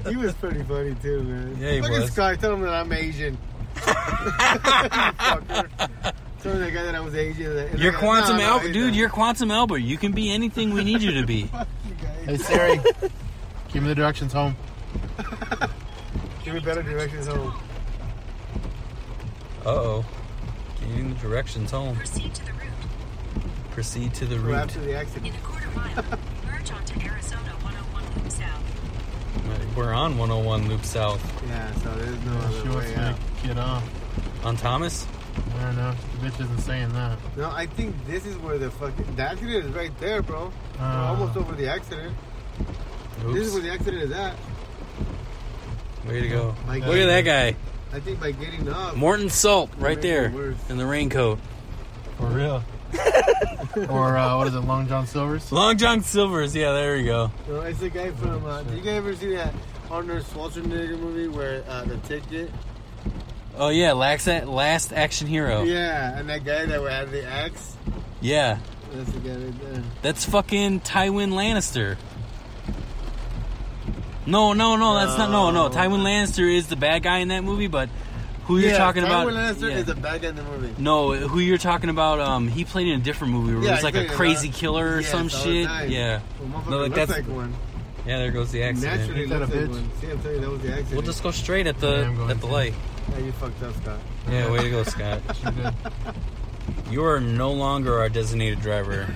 [SPEAKER 2] He was pretty funny too, man.
[SPEAKER 3] Yeah, he
[SPEAKER 2] Fucking
[SPEAKER 3] was.
[SPEAKER 2] Sky, tell him that I'm Asian. Fucker. Tell the guy that I was Asian. And
[SPEAKER 3] You're
[SPEAKER 2] I-
[SPEAKER 3] Quantum
[SPEAKER 2] no, no,
[SPEAKER 3] Albert,
[SPEAKER 2] he's
[SPEAKER 3] dude.
[SPEAKER 2] not.
[SPEAKER 3] You're Quantum Albert. You can be anything we need you to be.
[SPEAKER 2] Fuck you guys.
[SPEAKER 4] Hey Siri, give me the directions home.
[SPEAKER 2] Give me better directions home.
[SPEAKER 3] Uh oh. Getting the directions home.
[SPEAKER 5] Proceed to the route.
[SPEAKER 3] Proceed to the route.
[SPEAKER 2] Perhaps through the accident.
[SPEAKER 5] In a quarter mile, merge onto Arizona 101 loop south.
[SPEAKER 3] We're on 101 Loop South.
[SPEAKER 2] Oh, Yeah, so there's no
[SPEAKER 4] she
[SPEAKER 2] other
[SPEAKER 4] wants
[SPEAKER 2] way
[SPEAKER 4] me
[SPEAKER 2] out.
[SPEAKER 4] to get off.
[SPEAKER 3] On Thomas?
[SPEAKER 4] I don't know. The bitch isn't saying that.
[SPEAKER 2] No, I think this is where the fucking the accident is right there, bro. We're
[SPEAKER 4] Ah.
[SPEAKER 2] almost over the accident. This is
[SPEAKER 3] Oops.
[SPEAKER 2] where the accident is at.
[SPEAKER 3] Way to go.
[SPEAKER 2] My
[SPEAKER 3] Look at that guy.
[SPEAKER 2] I think by getting up,
[SPEAKER 3] Morton Salt right
[SPEAKER 2] making
[SPEAKER 3] there
[SPEAKER 2] it worse.
[SPEAKER 3] in the raincoat.
[SPEAKER 4] For real. or uh, what is it, Long John Silver's?
[SPEAKER 3] Long John Silvers. Yeah, there we go.
[SPEAKER 2] you know, it's the guy from. Uh, did you guys ever see that Arnold Schwarzenegger movie where uh, the ticket?
[SPEAKER 3] Oh yeah, last, last action
[SPEAKER 4] Oh.
[SPEAKER 3] hero. Yeah.
[SPEAKER 2] Yeah, and that guy that had the axe. That's the guy right there.
[SPEAKER 3] that's fucking Tywin Lannister. No, no, no, that's not. No, no,
[SPEAKER 2] No.
[SPEAKER 3] Tywin Lannister is the bad guy in that movie, but who you're
[SPEAKER 2] yeah,
[SPEAKER 3] talking about?
[SPEAKER 2] Tywin Lannister
[SPEAKER 3] yeah.
[SPEAKER 2] is the bad guy in the movie.
[SPEAKER 3] no, who you're talking about? Um, he played in a different movie where
[SPEAKER 2] Yeah,
[SPEAKER 3] he was like a
[SPEAKER 4] uh,
[SPEAKER 2] exactly,
[SPEAKER 3] crazy
[SPEAKER 2] right.
[SPEAKER 3] killer or
[SPEAKER 2] Yeah,
[SPEAKER 3] some
[SPEAKER 2] it's all
[SPEAKER 3] shit.
[SPEAKER 2] time.
[SPEAKER 3] Yeah,
[SPEAKER 2] Well, motherfucker
[SPEAKER 3] No, like,
[SPEAKER 2] looks
[SPEAKER 3] that's-
[SPEAKER 2] like one.
[SPEAKER 3] yeah. There goes the accident.
[SPEAKER 2] Naturally
[SPEAKER 4] Ain't that
[SPEAKER 2] looks
[SPEAKER 4] a
[SPEAKER 2] like
[SPEAKER 4] bitch?
[SPEAKER 2] one. See, I'm telling you, that was the accident.
[SPEAKER 3] We'll just go straight at
[SPEAKER 4] Yeah,
[SPEAKER 3] the
[SPEAKER 4] I'm going
[SPEAKER 3] at the
[SPEAKER 4] to.
[SPEAKER 3] light.
[SPEAKER 2] Yeah, you fucked up, Scott.
[SPEAKER 3] Yeah, way to go, Scott.
[SPEAKER 4] She did.
[SPEAKER 3] You are no longer our designated driver.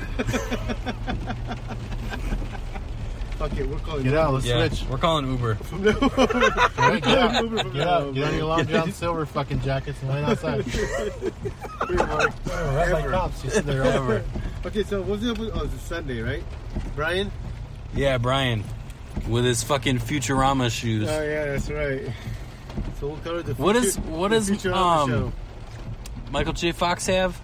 [SPEAKER 2] Fuck it, we're calling
[SPEAKER 4] Get
[SPEAKER 2] you.
[SPEAKER 4] out, let's
[SPEAKER 3] Yeah,
[SPEAKER 4] switch.
[SPEAKER 3] we're calling Uber.
[SPEAKER 4] All right, get out.
[SPEAKER 2] Uber from
[SPEAKER 4] Get
[SPEAKER 2] now
[SPEAKER 4] out.
[SPEAKER 2] on,
[SPEAKER 4] Get on your Long John Silver fucking jackets and wait outside.
[SPEAKER 2] We work.
[SPEAKER 4] Right by
[SPEAKER 2] Ever.
[SPEAKER 4] cops, you sit there over.
[SPEAKER 2] Okay, so what's up with? Oh, it's Sunday, right? Brian?
[SPEAKER 3] Yeah, Brian, with his fucking Futurama shoes.
[SPEAKER 2] Oh yeah, that's right. So we'll cover the.
[SPEAKER 3] What
[SPEAKER 2] future-
[SPEAKER 3] is- what
[SPEAKER 2] the
[SPEAKER 3] is,
[SPEAKER 2] future on the
[SPEAKER 3] um, Michael J. Fox have?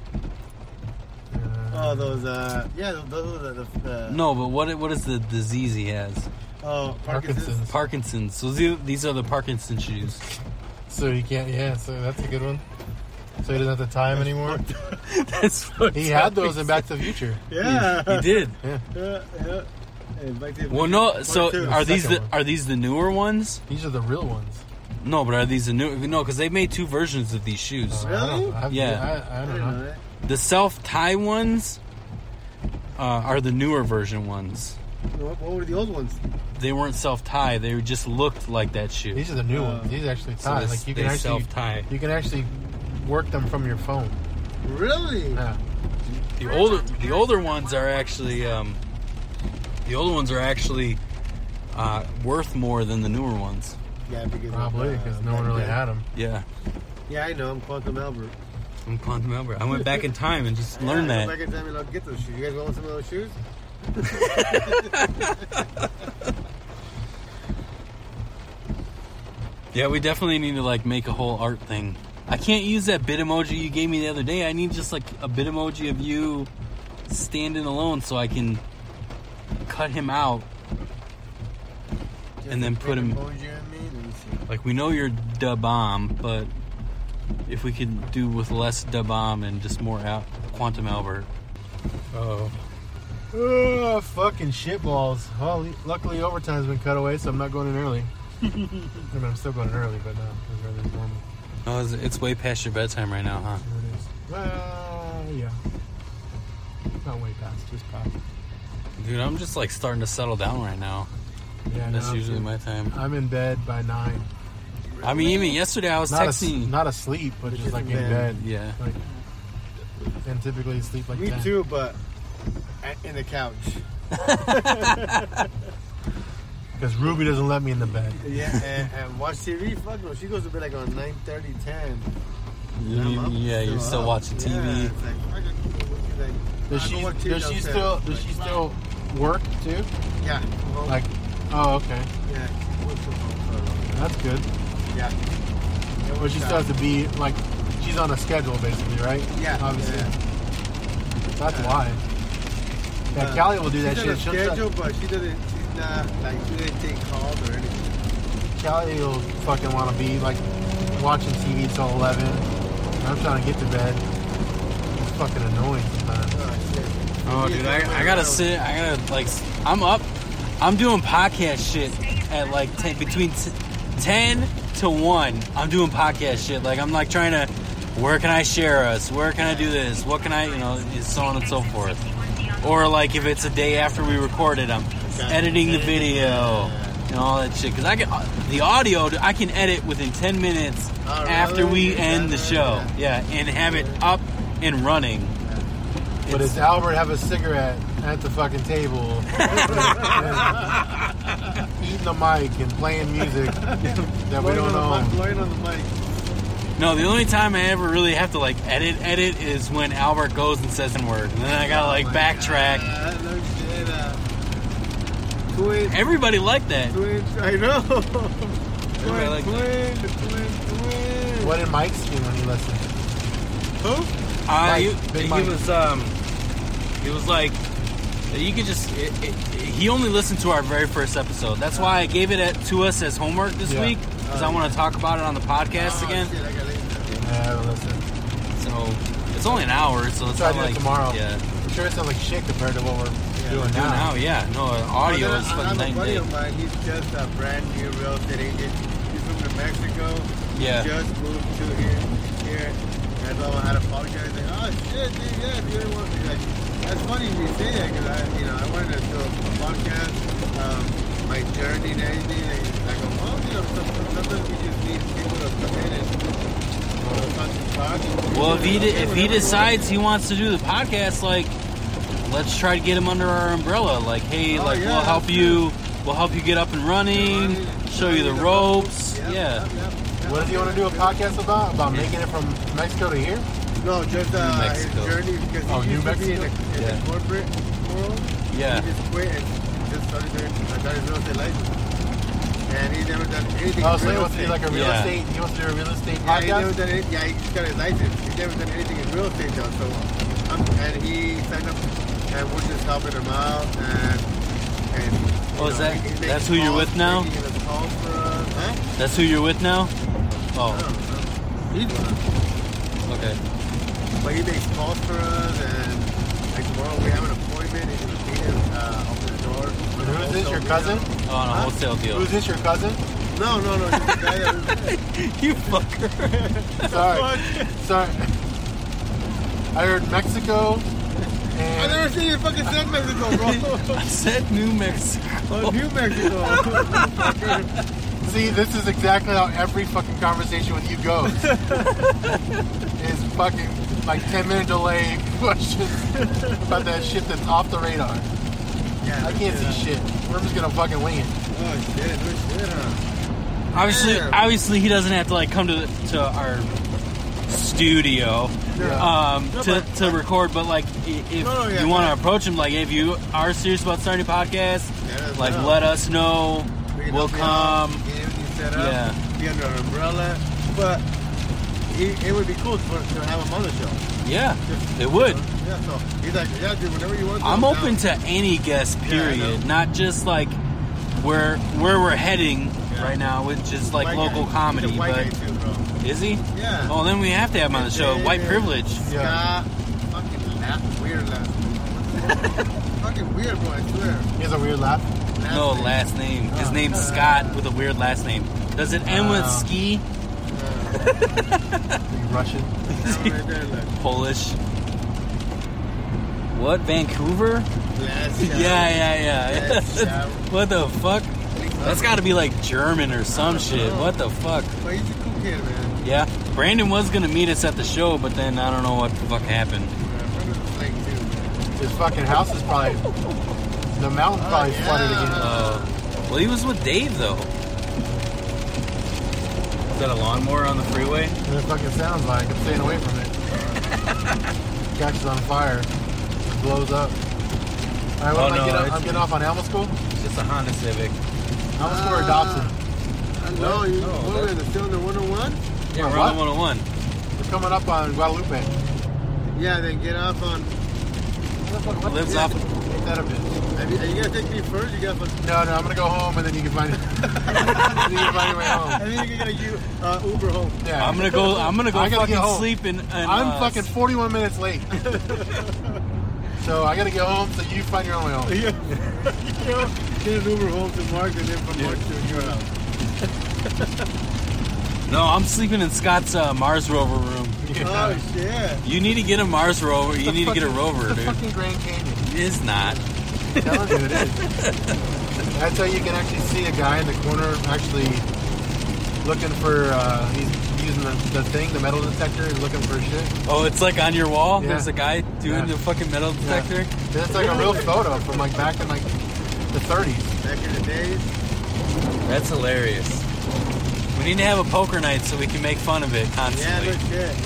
[SPEAKER 2] show. Oh, those. Uh, yeah, those- those are the. the
[SPEAKER 3] No, but what what is the disease he has?
[SPEAKER 2] Oh, Parkinson's.
[SPEAKER 4] Parkinson's.
[SPEAKER 3] Parkinson's. So these these are the Parkinson shoes.
[SPEAKER 4] So he can't, yeah, so that's a good one. So he doesn't have the time anymore.
[SPEAKER 3] That's what
[SPEAKER 4] He had those in Back to the Future.
[SPEAKER 2] Yeah.
[SPEAKER 3] He did.
[SPEAKER 2] yeah, yeah. And back to-
[SPEAKER 3] Well, no. So
[SPEAKER 2] Part two.
[SPEAKER 3] are these
[SPEAKER 4] Second
[SPEAKER 3] the
[SPEAKER 4] one.
[SPEAKER 3] are these the newer ones?
[SPEAKER 4] These are the real ones.
[SPEAKER 3] No, but are these the new? No, because they made two versions of these shoes.
[SPEAKER 4] I don't know. I haven't-
[SPEAKER 3] Yeah.
[SPEAKER 4] I, I
[SPEAKER 2] I
[SPEAKER 4] don't
[SPEAKER 2] didn't know
[SPEAKER 4] know.
[SPEAKER 2] that.
[SPEAKER 3] The self tie ones uh, are the newer version ones.
[SPEAKER 2] What, what were the old ones?
[SPEAKER 3] They weren't self tie; they just looked like that shoe.
[SPEAKER 4] These are the new
[SPEAKER 2] Uh,
[SPEAKER 4] ones. These actually
[SPEAKER 3] so
[SPEAKER 4] tie.
[SPEAKER 3] they-
[SPEAKER 4] like you
[SPEAKER 3] they
[SPEAKER 4] can actually
[SPEAKER 3] self-tie.
[SPEAKER 4] You can actually work them from your phone.
[SPEAKER 2] Really?
[SPEAKER 3] Uh,
[SPEAKER 4] Yeah.
[SPEAKER 3] The older the older ones are actually um, the older ones are actually uh, worth more than the newer ones.
[SPEAKER 2] Yeah, because of,
[SPEAKER 4] Probably
[SPEAKER 2] uh,
[SPEAKER 4] because no one
[SPEAKER 2] back
[SPEAKER 4] really
[SPEAKER 2] then.
[SPEAKER 4] had them.
[SPEAKER 3] Yeah,
[SPEAKER 2] Yeah, I know. I'm Quantum Albert.
[SPEAKER 3] I'm Quantum Albert. I went back in time and just
[SPEAKER 2] yeah,
[SPEAKER 3] learned
[SPEAKER 2] I go
[SPEAKER 3] that.
[SPEAKER 2] Back in time and I'll get those shoes. You guys want some of those shoes?
[SPEAKER 3] Yeah, we definitely need to like make a whole art thing. I can't use that bit emoji you gave me the other day. I need just like a bit emoji of you standing alone so I can cut him out.
[SPEAKER 2] Just
[SPEAKER 3] And then
[SPEAKER 2] a
[SPEAKER 3] put 'em-
[SPEAKER 4] Oh,
[SPEAKER 2] picture of you and me. Let me see.
[SPEAKER 3] Like we know you're da bomb, but if we could do with less da bomb and just more out quantum Albert.
[SPEAKER 4] Oh. Oh, fucking shitballs. Well, luckily overtime's been cut away, so I'm not going in early. I mean, I'm still going in early, but no, it's rather normal.
[SPEAKER 3] Oh, it's, it's way past your bedtime right now, huh?
[SPEAKER 4] There it is. Well, yeah. Not way past, just past.
[SPEAKER 3] Dude, I'm just like starting to settle down right now.
[SPEAKER 4] Yeah,
[SPEAKER 3] That's
[SPEAKER 4] no,
[SPEAKER 3] usually my time.
[SPEAKER 4] I'm in bed by nine.
[SPEAKER 3] I mean, even yesterday I was
[SPEAKER 4] Not as-
[SPEAKER 3] texting.
[SPEAKER 4] not asleep, but just
[SPEAKER 2] Just
[SPEAKER 4] like in
[SPEAKER 2] in
[SPEAKER 4] bed.
[SPEAKER 2] bed.
[SPEAKER 3] yeah.
[SPEAKER 4] Like, and typically sleep like
[SPEAKER 2] Me
[SPEAKER 4] that.
[SPEAKER 2] too, but a- in the couch.
[SPEAKER 4] Because Ruby doesn't let me in the bed.
[SPEAKER 2] Yeah, and, and watch TV. Fuck no. She goes to bed like on 9 10.
[SPEAKER 3] You-
[SPEAKER 2] I'm up,
[SPEAKER 3] yeah, you're still
[SPEAKER 2] up.
[SPEAKER 3] watching TV.
[SPEAKER 2] Yeah, it's like, fuck it. Like,
[SPEAKER 4] Does
[SPEAKER 2] I
[SPEAKER 4] she?
[SPEAKER 2] go watch TV
[SPEAKER 4] Does she
[SPEAKER 2] downstairs.
[SPEAKER 4] still? Does she still work too?
[SPEAKER 2] Yeah. Well,
[SPEAKER 4] Like, oh, okay,
[SPEAKER 2] yeah. she works from home for a long time.
[SPEAKER 4] that's good.
[SPEAKER 2] Yeah. Yeah,
[SPEAKER 4] But she
[SPEAKER 2] works
[SPEAKER 4] still
[SPEAKER 2] out.
[SPEAKER 4] has to be like, she's on a schedule basically, right?
[SPEAKER 2] Yeah.
[SPEAKER 4] obviously.
[SPEAKER 2] yeah.
[SPEAKER 4] That's why. Yeah,
[SPEAKER 2] Uh,
[SPEAKER 4] Callie will do that
[SPEAKER 2] she's
[SPEAKER 4] shit.
[SPEAKER 2] on
[SPEAKER 4] She'll
[SPEAKER 2] a schedule,
[SPEAKER 4] try,
[SPEAKER 2] but she doesn't. She's not like she doesn't take calls or anything.
[SPEAKER 4] Callie will fucking want to be like watching TV till eleven. And I'm trying to get to bed. It's fucking annoying sometimes.
[SPEAKER 2] Oh, shit.
[SPEAKER 3] Oh,
[SPEAKER 2] Yeah,
[SPEAKER 3] dude,
[SPEAKER 2] it's
[SPEAKER 3] I,
[SPEAKER 2] like
[SPEAKER 3] I gotta
[SPEAKER 2] around.
[SPEAKER 3] sit. I gotta like. s- I'm up. I'm doing podcast shit at like ten between t- ten to one. I'm doing podcast shit. Like I'm like trying to. Where can I share us? Where can I do this? What can I, you know, and so on and so forth. Or like if it's a day after we recorded, I'm editing the video and all that shit. Cause I can the audio I can edit within ten minutes
[SPEAKER 2] Oh,
[SPEAKER 3] after we
[SPEAKER 2] really?
[SPEAKER 3] end the show. Yeah, and have it up and running.
[SPEAKER 4] But does Albert have a cigarette at the fucking table? eating the mic and playing music that we
[SPEAKER 2] Blowing
[SPEAKER 4] don't
[SPEAKER 2] on the mic-
[SPEAKER 4] know.
[SPEAKER 2] blowing on the mic.
[SPEAKER 3] No, the only time I ever really have to like edit edit is when Albert goes and says an word, and then I gotta like backtrack.
[SPEAKER 2] Uh, no shit. Uh, twin,
[SPEAKER 3] Everybody liked that.
[SPEAKER 2] twin. I know. twin,
[SPEAKER 3] Everybody like
[SPEAKER 2] twin, twin, twin.
[SPEAKER 4] What did Mike do when he listened?
[SPEAKER 2] Who?
[SPEAKER 3] Uh,
[SPEAKER 4] Mike,
[SPEAKER 3] he,
[SPEAKER 4] Big
[SPEAKER 3] he
[SPEAKER 4] Mike.
[SPEAKER 3] was um, he was like, you could just. It, it, he only listened to our very first episode. That's why I gave it at, to us as homework this
[SPEAKER 4] Yeah.
[SPEAKER 3] week because I want to talk about it on the podcast
[SPEAKER 2] Oh,
[SPEAKER 3] again.
[SPEAKER 2] shit, I gotta leave now.
[SPEAKER 4] Yeah, I haven't listened.
[SPEAKER 3] So it's only an hour, so it's not
[SPEAKER 4] Try to do it
[SPEAKER 3] like
[SPEAKER 4] tomorrow.
[SPEAKER 3] Yeah, doing
[SPEAKER 4] I'm sure it sounds like shit compared to what we're
[SPEAKER 2] Yeah,
[SPEAKER 4] doing
[SPEAKER 2] we're
[SPEAKER 4] now.
[SPEAKER 3] now. Yeah, no audio
[SPEAKER 2] Well,
[SPEAKER 3] is
[SPEAKER 2] then I-
[SPEAKER 3] fucking
[SPEAKER 2] I
[SPEAKER 3] night
[SPEAKER 2] have a
[SPEAKER 3] and
[SPEAKER 2] buddy
[SPEAKER 3] day.
[SPEAKER 2] of mine. He's just a brand new real estate agent. He's from New Mexico.
[SPEAKER 3] Yeah.
[SPEAKER 2] He just moved to here. Here. And I told him how to apologize. He's Like, oh shit, dude, yeah, if you ever want to be like, that's funny you say that because I, you know, I wanted to do a podcast, um, my journey and everything. And he's like, oh, you know, some- some- sometimes we just need people to come in and. uh, fucking talk."
[SPEAKER 3] Well, if he
[SPEAKER 2] Okay,
[SPEAKER 3] de- if
[SPEAKER 2] whatever
[SPEAKER 3] he
[SPEAKER 2] you want.
[SPEAKER 3] decides he wants to do the podcast, like let's try to get him under our umbrella. Like, hey,
[SPEAKER 2] Oh,
[SPEAKER 3] like
[SPEAKER 2] yeah,
[SPEAKER 3] we'll help
[SPEAKER 2] that's
[SPEAKER 3] you, we'll help you get up and running, show you the ropes.
[SPEAKER 2] Yep,
[SPEAKER 3] Yeah,
[SPEAKER 2] yep, yep, yep.
[SPEAKER 4] What does he want to do a podcast about? About making it from Mexico to here?
[SPEAKER 2] No, just uh,
[SPEAKER 3] New
[SPEAKER 2] his
[SPEAKER 3] Mexico.
[SPEAKER 2] journey because he
[SPEAKER 4] Oh, New
[SPEAKER 2] used to be in, the,
[SPEAKER 4] Mexico?
[SPEAKER 2] in
[SPEAKER 3] Yeah.
[SPEAKER 2] the corporate world. He
[SPEAKER 3] yeah.
[SPEAKER 2] just quit and just started doing uh, got his real estate license. And he never done anything.
[SPEAKER 4] Oh, so he
[SPEAKER 2] real
[SPEAKER 4] wants to do like a real
[SPEAKER 3] Yeah.
[SPEAKER 4] estate. He wants to do a real estate
[SPEAKER 2] yeah, he never
[SPEAKER 4] podcast.
[SPEAKER 2] done it. Yeah, he just got his license. He never done anything in real estate though. So, um, and he signed up, and we're just helping him out. And and you
[SPEAKER 3] Oh, is that-
[SPEAKER 2] he- he's making
[SPEAKER 3] that's who you're
[SPEAKER 2] calls,
[SPEAKER 3] with now?
[SPEAKER 2] making the calls for us. Huh?
[SPEAKER 3] That's who you're with now.
[SPEAKER 2] I
[SPEAKER 3] Oh,
[SPEAKER 2] don't know. He's one.
[SPEAKER 3] okay.
[SPEAKER 2] But he makes calls for us, and like tomorrow we have an appointment. He's gonna meet us, uh, open the door.
[SPEAKER 4] Who's this, your cousin?
[SPEAKER 3] Oh, on a wholesale deal.
[SPEAKER 4] Who's this? Your cousin?
[SPEAKER 2] No, No, no, no. just the guy that was-
[SPEAKER 3] you fucker.
[SPEAKER 4] Sorry. Sorry. I heard Mexico.
[SPEAKER 2] I've
[SPEAKER 4] And
[SPEAKER 2] never seen you fucking said Mexico, bro.
[SPEAKER 3] I said New Mexico.
[SPEAKER 2] Oh, New Mexico.
[SPEAKER 4] see, this is exactly how every fucking conversation with you goes. is fucking like 10 minute delay questions about that shit that's off the radar.
[SPEAKER 2] Yeah,
[SPEAKER 4] I can't see shit. We're just gonna fucking wing it.
[SPEAKER 2] Oh shit, good shit, huh?
[SPEAKER 3] Obviously, obviously, he doesn't have to like come to the, to our studio um, to, to record. But like, i- if
[SPEAKER 2] No, no, yeah,
[SPEAKER 3] you want to approach him, like, if you are serious about starting a podcast,
[SPEAKER 2] Yeah, let us
[SPEAKER 3] like,
[SPEAKER 2] know.
[SPEAKER 3] let us know.
[SPEAKER 2] We can
[SPEAKER 3] We'll
[SPEAKER 2] help you out,
[SPEAKER 3] come.
[SPEAKER 2] Get everything set up.
[SPEAKER 3] Yeah.
[SPEAKER 2] Be under an umbrella, but it, it would be cool for, to have him on the show.
[SPEAKER 3] Yeah, it would.
[SPEAKER 2] Yeah, so he's like, yeah, dude, whenever you want.
[SPEAKER 3] I'm
[SPEAKER 2] down.
[SPEAKER 3] open to any guest.
[SPEAKER 2] Yeah, I
[SPEAKER 3] Period.
[SPEAKER 2] know.
[SPEAKER 3] Not just like where where we're heading right now, which is like
[SPEAKER 2] White
[SPEAKER 3] local
[SPEAKER 2] guy.
[SPEAKER 3] comedy.
[SPEAKER 2] He's a
[SPEAKER 3] But
[SPEAKER 2] white guy too, bro.
[SPEAKER 3] is he?
[SPEAKER 2] Yeah.
[SPEAKER 3] Oh, then we have to have him on the show.
[SPEAKER 2] Yeah,
[SPEAKER 3] White
[SPEAKER 2] yeah.
[SPEAKER 3] privilege.
[SPEAKER 2] Yeah. Fucking laugh, weird laugh. fucking weird, bro. I swear.
[SPEAKER 4] He has a weird laugh.
[SPEAKER 2] Laugh
[SPEAKER 3] No
[SPEAKER 2] thing.
[SPEAKER 3] last name. His name's Scott with a weird last name. Does it end with
[SPEAKER 4] Wow.
[SPEAKER 3] ski?
[SPEAKER 4] Like Russian.
[SPEAKER 2] That one right there, look.
[SPEAKER 3] Polish. What Vancouver?
[SPEAKER 2] Last
[SPEAKER 3] Yeah,
[SPEAKER 2] shout.
[SPEAKER 3] yeah,
[SPEAKER 2] Last
[SPEAKER 3] yeah.
[SPEAKER 2] shout.
[SPEAKER 3] what the fuck? That's got to be like German or some shit.
[SPEAKER 2] know.
[SPEAKER 3] What the fuck?
[SPEAKER 2] But he's a cool kid, man.
[SPEAKER 3] Yeah. Brandon was gonna meet us at the show, but then I don't know what the fuck happened.
[SPEAKER 2] Yeah, I'm gonna flank too, man.
[SPEAKER 4] His fucking house is probably. The mountain probably
[SPEAKER 2] yeah.
[SPEAKER 4] flooded again.
[SPEAKER 3] Uh, well, he was with Dave though. Is that a lawnmower on the freeway?
[SPEAKER 4] And it fucking sounds like I'm staying away from it. Catches on fire, blows up. All right,
[SPEAKER 3] Oh,
[SPEAKER 4] what am
[SPEAKER 3] no,
[SPEAKER 4] I get off?
[SPEAKER 3] it's-
[SPEAKER 4] I'm getting off on Alma School.
[SPEAKER 3] It's just a Honda Civic.
[SPEAKER 4] Alma School or Dobson?
[SPEAKER 2] No, you.
[SPEAKER 3] No,
[SPEAKER 2] what
[SPEAKER 3] that's-
[SPEAKER 2] was it? Cylinder 101?
[SPEAKER 3] Yeah,
[SPEAKER 4] Oh,
[SPEAKER 3] we're
[SPEAKER 4] what?
[SPEAKER 3] on the 101.
[SPEAKER 4] We're coming up on Guadalupe.
[SPEAKER 2] Yeah, then get off on.
[SPEAKER 3] Lives
[SPEAKER 2] Yeah.
[SPEAKER 3] off
[SPEAKER 4] Ain't that a bitch?
[SPEAKER 2] Are you, are you gonna take me first? You got fucking.
[SPEAKER 4] No, no, I'm gonna go home and then you can find it. you can find your way home.
[SPEAKER 2] I think you gotta you uh, Uber home.
[SPEAKER 4] Yeah.
[SPEAKER 3] I'm gonna go. I'm gonna go
[SPEAKER 4] I gotta get
[SPEAKER 3] fucking
[SPEAKER 4] home.
[SPEAKER 3] sleep and. and
[SPEAKER 4] I'm
[SPEAKER 3] uh,
[SPEAKER 4] fucking 41 minutes late. so I gotta get home so you find your own way home.
[SPEAKER 2] Yeah. get an Uber home to Mark and then from Mark to your house.
[SPEAKER 3] No, I'm sleeping in Scott's uh, Mars rover room.
[SPEAKER 2] Oh shit.
[SPEAKER 3] You need to get a Mars rover. You need to get a rover,
[SPEAKER 4] It's the
[SPEAKER 3] dude.
[SPEAKER 4] fucking Grand Canyon.
[SPEAKER 3] It is not.
[SPEAKER 4] I'm telling you, it is. That's how you can actually see a guy in the corner actually looking for. Uh, he's using the, the thing, the metal detector, and looking for shit.
[SPEAKER 3] Oh, it's like on your wall.
[SPEAKER 4] Yeah.
[SPEAKER 3] There's a guy doing
[SPEAKER 4] Yeah.
[SPEAKER 3] the fucking metal
[SPEAKER 4] Yeah.
[SPEAKER 3] detector.
[SPEAKER 4] And It's like a real photo from like back in like the 30s.
[SPEAKER 2] Back in the days.
[SPEAKER 3] That's hilarious. We need to have a poker night so we can make fun of it
[SPEAKER 2] Yeah,
[SPEAKER 3] constantly.
[SPEAKER 2] no shit.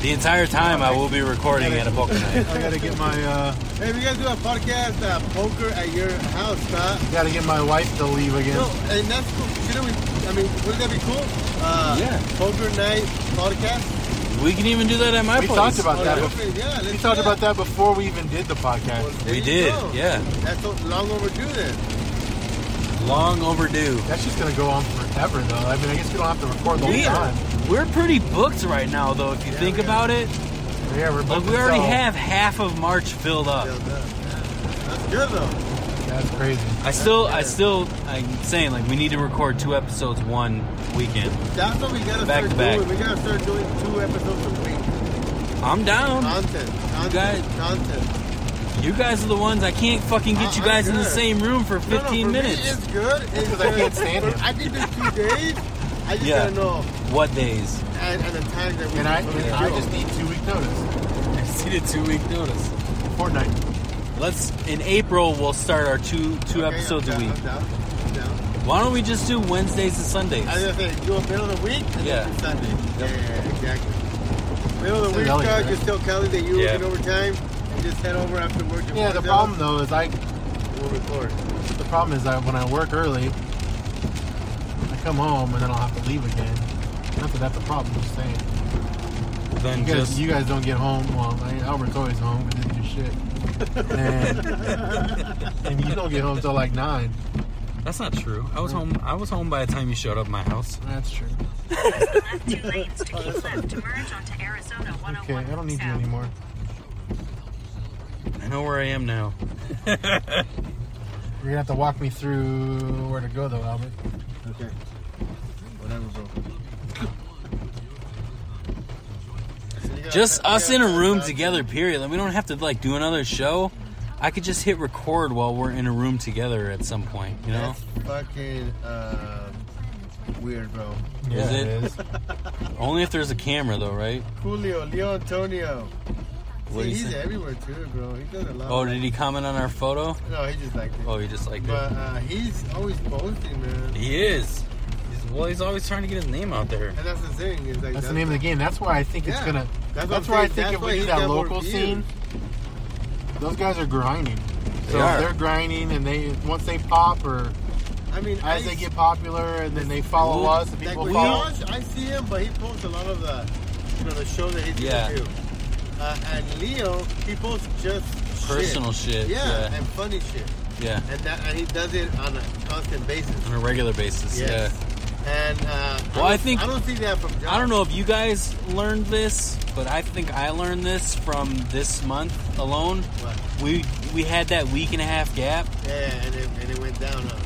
[SPEAKER 3] the entire time I will be recording at a poker night.
[SPEAKER 4] I gotta get my uh,
[SPEAKER 2] Hey, we gotta do a podcast uh, poker at your house, Scott.
[SPEAKER 4] gotta get my wife to leave again.
[SPEAKER 2] No, and that's cool. Shouldn't we? I mean, wouldn't that be cool? Uh,
[SPEAKER 3] Yeah.
[SPEAKER 2] Poker night podcast.
[SPEAKER 3] We can even do that at my
[SPEAKER 4] We
[SPEAKER 3] place.
[SPEAKER 4] talked about
[SPEAKER 2] Oh,
[SPEAKER 4] that.
[SPEAKER 2] okay, yeah, let's
[SPEAKER 4] We
[SPEAKER 2] do
[SPEAKER 4] talked
[SPEAKER 2] that.
[SPEAKER 4] about that before we even did the
[SPEAKER 2] Well,
[SPEAKER 4] podcast.
[SPEAKER 2] there
[SPEAKER 3] We
[SPEAKER 2] you
[SPEAKER 3] did.
[SPEAKER 2] go.
[SPEAKER 3] Yeah.
[SPEAKER 2] That's so long overdue then.
[SPEAKER 3] Long overdue.
[SPEAKER 4] That's just gonna go on forever, though. I mean, I guess we don't have to record the whole
[SPEAKER 3] We are,
[SPEAKER 4] time.
[SPEAKER 3] we're pretty booked right now, though. If you think
[SPEAKER 2] we are.
[SPEAKER 3] about it,
[SPEAKER 4] Yeah, we're
[SPEAKER 3] like
[SPEAKER 4] booked
[SPEAKER 3] we already
[SPEAKER 4] until-
[SPEAKER 3] have half of March filled up.
[SPEAKER 2] Yeah, that- That's good though.
[SPEAKER 4] That's crazy.
[SPEAKER 3] I still, I still, I'm saying like we need to record two episodes one weekend.
[SPEAKER 2] That's what we gotta
[SPEAKER 3] Back to
[SPEAKER 2] start
[SPEAKER 3] back.
[SPEAKER 2] doing. We gotta start doing two episodes a week.
[SPEAKER 3] I'm down.
[SPEAKER 2] Content, content,
[SPEAKER 3] guys-
[SPEAKER 2] content.
[SPEAKER 3] You guys are the ones I can't fucking get you
[SPEAKER 2] I- I'm
[SPEAKER 3] guys in the
[SPEAKER 2] good.
[SPEAKER 3] same room for
[SPEAKER 2] No, no,
[SPEAKER 3] 15
[SPEAKER 2] for me,
[SPEAKER 3] minutes.
[SPEAKER 2] it's good. It's
[SPEAKER 4] Because I
[SPEAKER 2] good.
[SPEAKER 4] can't stand it.
[SPEAKER 2] I can do two days. I just
[SPEAKER 3] Yeah.
[SPEAKER 2] gotta know
[SPEAKER 3] What days?
[SPEAKER 2] at, at the time that we.
[SPEAKER 4] And I,
[SPEAKER 2] we
[SPEAKER 4] and
[SPEAKER 2] can
[SPEAKER 4] I
[SPEAKER 2] do.
[SPEAKER 4] just need two week notice.
[SPEAKER 3] I just need a two week notice.
[SPEAKER 4] Fortnite.
[SPEAKER 3] Let's in April we'll start our two two
[SPEAKER 2] Okay,
[SPEAKER 3] episodes
[SPEAKER 2] I'm
[SPEAKER 3] a
[SPEAKER 2] down,
[SPEAKER 3] week.
[SPEAKER 2] I'm down, I'm down.
[SPEAKER 3] Why don't we just do Wednesdays and Sundays?
[SPEAKER 2] I uh, was gonna say, do a middle of the week and
[SPEAKER 3] Yeah.
[SPEAKER 2] then do Sunday. Yeah, yeah, exactly. Middle of
[SPEAKER 4] It's
[SPEAKER 2] the week, Doug,
[SPEAKER 4] early, right?
[SPEAKER 2] just tell Kelly that you're
[SPEAKER 3] Yeah.
[SPEAKER 2] working overtime and just head over after work. and
[SPEAKER 4] Yeah, the
[SPEAKER 2] work
[SPEAKER 4] problem
[SPEAKER 2] out.
[SPEAKER 4] though is I.
[SPEAKER 2] We'll record.
[SPEAKER 4] The problem is that when I work early, I come home and then I'll have to leave again. Not that that's a problem. I'm just saying.
[SPEAKER 3] then
[SPEAKER 4] You guys,
[SPEAKER 3] just
[SPEAKER 4] you guys don't get home. Well, I, Albert's always home, but didn't do shit. And, and you don't get home till like nine.
[SPEAKER 3] that's not true. I was home. I was home by the time you showed up at my house.
[SPEAKER 4] That's true.
[SPEAKER 5] Left two lanes to keep left to merge onto Arizona 101
[SPEAKER 4] Okay, I don't need you
[SPEAKER 5] South.
[SPEAKER 4] anymore.
[SPEAKER 3] I know where I am now.
[SPEAKER 4] You're gonna have to walk me through where to go though, Albert.
[SPEAKER 2] Okay. comes over. So you gotta-
[SPEAKER 3] Just us
[SPEAKER 2] yeah,
[SPEAKER 3] in a room
[SPEAKER 2] uh,
[SPEAKER 3] together, period. Like, we don't have to like do another show. I could just hit record while we're in a room together at some point, you know?
[SPEAKER 2] That's fucking um, weird, bro.
[SPEAKER 3] Is
[SPEAKER 2] Yeah,
[SPEAKER 3] it?
[SPEAKER 2] is.
[SPEAKER 3] Only if there's a camera though, right?
[SPEAKER 2] Julio, Leo Antonio.
[SPEAKER 3] What do
[SPEAKER 2] See,
[SPEAKER 3] you
[SPEAKER 2] he's
[SPEAKER 3] say?
[SPEAKER 2] everywhere too, bro. He does a lot.
[SPEAKER 3] Oh, did he comment on our photo?
[SPEAKER 2] No, he just liked it.
[SPEAKER 3] Oh, he just liked it.
[SPEAKER 2] But uh, he's always posting, man.
[SPEAKER 3] He is. He's, well, he's always trying to get his name out there.
[SPEAKER 2] And that's the thing. Is like
[SPEAKER 4] That's the name of the game. That's why I think it's
[SPEAKER 2] Yeah.
[SPEAKER 4] gonna.
[SPEAKER 2] That's what
[SPEAKER 4] That's,
[SPEAKER 2] I'm
[SPEAKER 4] why I
[SPEAKER 2] saying.
[SPEAKER 4] think
[SPEAKER 2] That's
[SPEAKER 4] if
[SPEAKER 2] why
[SPEAKER 4] we do
[SPEAKER 2] he's
[SPEAKER 4] that
[SPEAKER 2] got more
[SPEAKER 4] local
[SPEAKER 2] views.
[SPEAKER 4] scene, those guys are grinding. So
[SPEAKER 3] They are.
[SPEAKER 4] if they're grinding, and they once they pop or
[SPEAKER 2] I mean, I
[SPEAKER 4] as they get popular, and then they follow
[SPEAKER 3] Ooh,
[SPEAKER 4] us, and
[SPEAKER 2] like
[SPEAKER 4] people
[SPEAKER 2] with
[SPEAKER 4] follow.
[SPEAKER 2] Josh, I see him, but he posts a lot of the, you know, the show that he's
[SPEAKER 3] Yeah.
[SPEAKER 2] gonna do. Uh, and Leo, he posts just shit.
[SPEAKER 3] Personal shit.
[SPEAKER 2] Yeah,
[SPEAKER 3] Yeah.
[SPEAKER 2] and funny shit,
[SPEAKER 3] Yeah.
[SPEAKER 2] and that and he does it on a constant basis.
[SPEAKER 3] On a regular basis.
[SPEAKER 2] Yes. And uh,
[SPEAKER 3] Well,
[SPEAKER 2] don't-
[SPEAKER 3] I think-
[SPEAKER 2] I don't see that from. Josh.
[SPEAKER 3] Yeah. I don't know if you guys learned this, but I think I learned this from this month alone.
[SPEAKER 2] What?
[SPEAKER 3] We we had that week and a half gap.
[SPEAKER 2] Yeah, and it, and it went down. Huh?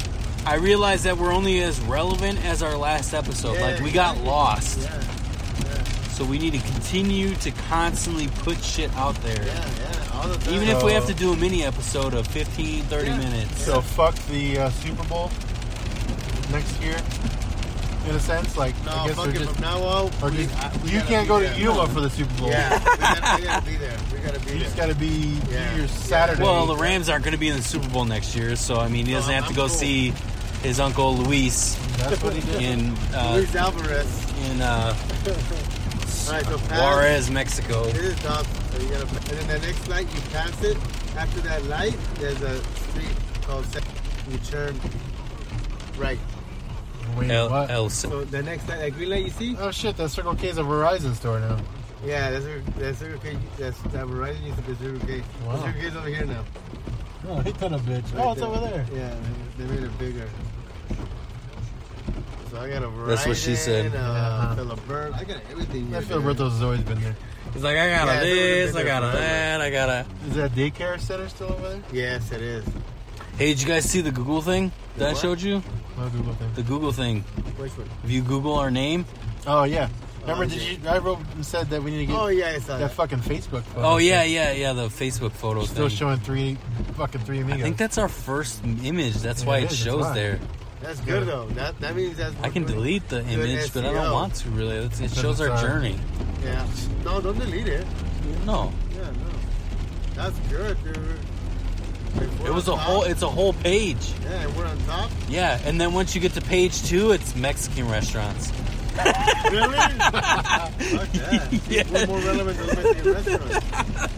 [SPEAKER 3] I realized that we're only as relevant as our last episode.
[SPEAKER 2] Yeah,
[SPEAKER 3] like we got
[SPEAKER 2] exactly.
[SPEAKER 3] lost.
[SPEAKER 2] Yeah,
[SPEAKER 3] So we need to continue to constantly put shit out there.
[SPEAKER 2] yeah, yeah. All the time.
[SPEAKER 3] Even if we have to do a mini episode of 15, 30
[SPEAKER 2] Yeah.
[SPEAKER 3] minutes.
[SPEAKER 4] So fuck the uh, Super Bowl next year. In a sense, like
[SPEAKER 2] no,
[SPEAKER 4] I guess
[SPEAKER 2] fuck
[SPEAKER 4] they're
[SPEAKER 2] it,
[SPEAKER 4] just.
[SPEAKER 2] from now on,
[SPEAKER 4] Or
[SPEAKER 2] we-
[SPEAKER 4] just,
[SPEAKER 2] I- we
[SPEAKER 4] you
[SPEAKER 2] gotta
[SPEAKER 4] can't
[SPEAKER 2] be
[SPEAKER 4] go to
[SPEAKER 2] there.
[SPEAKER 4] Yuma for the Super Bowl.
[SPEAKER 2] Yeah, we gotta, we gotta be there. We gotta be
[SPEAKER 4] You
[SPEAKER 2] there.
[SPEAKER 4] just got to be
[SPEAKER 2] Yeah.
[SPEAKER 4] your
[SPEAKER 2] Yeah.
[SPEAKER 4] Saturday.
[SPEAKER 3] Well, the Rams aren't going to be in the Super Bowl next year, so I mean, he doesn't
[SPEAKER 2] No,
[SPEAKER 3] have to
[SPEAKER 2] I'm
[SPEAKER 3] go
[SPEAKER 2] cool.
[SPEAKER 3] see his uncle Luis
[SPEAKER 4] That's what he did.
[SPEAKER 3] in uh,
[SPEAKER 2] Luis Alvarez.
[SPEAKER 3] in uh,
[SPEAKER 2] All right, so pass.
[SPEAKER 3] Juarez, Mexico.
[SPEAKER 2] It is top. So you gotta, and then the next light, you pass it. After that light, there's a street called. Se- You turn right.
[SPEAKER 4] Wait,
[SPEAKER 3] El,
[SPEAKER 4] what?
[SPEAKER 3] El,
[SPEAKER 2] So the next light, that green light you see?
[SPEAKER 4] Oh shit, that Circle K is a Verizon store now.
[SPEAKER 2] Yeah, that's where- that's Circle K. That's that Verizon used to be Circle K.
[SPEAKER 4] Wow.
[SPEAKER 2] Circle K's over here now.
[SPEAKER 4] Oh, ain't that a bitch?
[SPEAKER 2] Right
[SPEAKER 4] oh, it's over there.
[SPEAKER 2] Yeah, they they made it bigger. So I got a Verizon.
[SPEAKER 3] That's what she said.
[SPEAKER 2] Uh,
[SPEAKER 4] Yeah.
[SPEAKER 2] Philip Burr. I got everything.
[SPEAKER 4] I
[SPEAKER 2] right
[SPEAKER 4] feel
[SPEAKER 2] there.
[SPEAKER 4] Roberto's has always been there.
[SPEAKER 3] He's like, I gotta
[SPEAKER 2] Yeah,
[SPEAKER 3] this,
[SPEAKER 2] they're
[SPEAKER 3] I
[SPEAKER 2] gonna be
[SPEAKER 3] gotta
[SPEAKER 2] there
[SPEAKER 3] that, I gotta.
[SPEAKER 4] Is that daycare center still over there?
[SPEAKER 2] Yes, it is.
[SPEAKER 3] Hey, did you guys see the Google thing
[SPEAKER 2] The
[SPEAKER 3] that I
[SPEAKER 2] what?
[SPEAKER 3] showed you?
[SPEAKER 4] No Google thing.
[SPEAKER 3] The Google thing.
[SPEAKER 2] Which one?
[SPEAKER 3] If you Google our name,
[SPEAKER 4] Oh yeah. Remember,
[SPEAKER 2] Oh,
[SPEAKER 4] did
[SPEAKER 2] yeah.
[SPEAKER 4] you? I wrote and said that we need to get
[SPEAKER 2] Oh yeah, I saw
[SPEAKER 4] that
[SPEAKER 2] that.
[SPEAKER 4] fucking Facebook. Photo
[SPEAKER 3] oh yeah, yeah, yeah, the Facebook photo
[SPEAKER 4] Still
[SPEAKER 3] thing.
[SPEAKER 4] showing three fucking three amigos.
[SPEAKER 3] I think that's our first image. That's
[SPEAKER 4] Yeah,
[SPEAKER 3] why
[SPEAKER 4] it
[SPEAKER 3] it
[SPEAKER 4] is, that's
[SPEAKER 3] shows
[SPEAKER 4] why.
[SPEAKER 3] there.
[SPEAKER 2] That's good though. That that means that's.
[SPEAKER 3] I can
[SPEAKER 2] good.
[SPEAKER 3] delete the
[SPEAKER 2] Good
[SPEAKER 3] image, but I
[SPEAKER 2] SEO.
[SPEAKER 3] don't want to really. It's, it
[SPEAKER 4] Because
[SPEAKER 3] shows
[SPEAKER 4] it's
[SPEAKER 3] our
[SPEAKER 4] our-
[SPEAKER 3] journey.
[SPEAKER 2] Yeah. No, don't delete it.
[SPEAKER 3] No,
[SPEAKER 2] Yeah, no. That's good, dude. If we're
[SPEAKER 3] it was
[SPEAKER 2] on
[SPEAKER 3] a whole.
[SPEAKER 2] top-
[SPEAKER 3] It's a whole page.
[SPEAKER 2] yeah, and we're on top.
[SPEAKER 3] Yeah, and then once you get to page two, it's Mexican restaurants.
[SPEAKER 2] Really? Fuck that. We're more relevant than Mexican restaurants.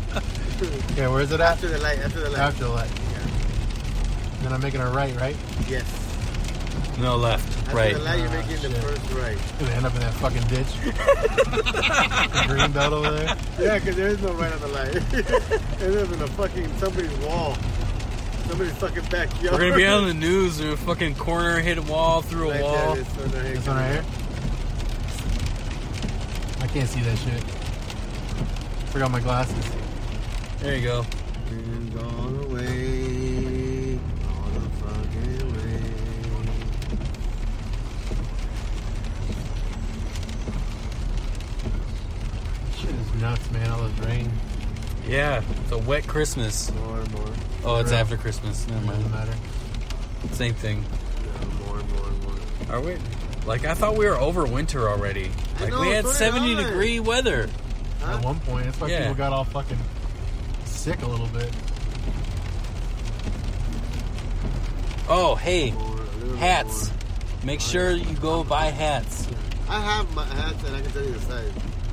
[SPEAKER 4] Okay, where's it at?
[SPEAKER 2] After the light, after the light.
[SPEAKER 4] After light.
[SPEAKER 2] Yeah.
[SPEAKER 4] Then I'm making a right, right?
[SPEAKER 2] Yes.
[SPEAKER 3] No left,
[SPEAKER 2] After
[SPEAKER 3] right.
[SPEAKER 2] the light, you're
[SPEAKER 4] Ah,
[SPEAKER 2] making the
[SPEAKER 4] shit.
[SPEAKER 2] first right.
[SPEAKER 4] Gonna end up in that fucking ditch. The green belt over there.
[SPEAKER 2] Yeah, because there is no right on the light. it is in a fucking somebody's wall. Somebody's fucking backyard.
[SPEAKER 3] We're gonna be on the news. A fucking corner hit a wall, through a
[SPEAKER 2] right
[SPEAKER 3] wall.
[SPEAKER 2] There, it's on the
[SPEAKER 4] This one right here. I can't see that shit. Forgot my glasses.
[SPEAKER 3] There you go.
[SPEAKER 2] And all the way, all the fucking way.
[SPEAKER 4] Shit is nuts, man. All this rain.
[SPEAKER 3] Yeah, it's a wet Christmas.
[SPEAKER 2] More and more,
[SPEAKER 3] Oh, it's
[SPEAKER 4] Yeah.
[SPEAKER 3] after Christmas. Never
[SPEAKER 4] Doesn't
[SPEAKER 3] mind.
[SPEAKER 4] matter.
[SPEAKER 3] Same thing.
[SPEAKER 2] no, more and more and more.
[SPEAKER 3] Are we? Like I thought we were over winter already.
[SPEAKER 2] I
[SPEAKER 3] Like
[SPEAKER 2] know,
[SPEAKER 3] we had
[SPEAKER 2] so did
[SPEAKER 3] seventy
[SPEAKER 2] I.
[SPEAKER 3] degree weather.
[SPEAKER 4] At one point, that's why
[SPEAKER 3] Yeah.
[SPEAKER 4] people got all fucking sick a little bit.
[SPEAKER 3] Oh hey,
[SPEAKER 2] More, a little
[SPEAKER 3] hats.
[SPEAKER 2] more.
[SPEAKER 3] Make sure you go buy hats.
[SPEAKER 2] I have my hats and I can tell you the size.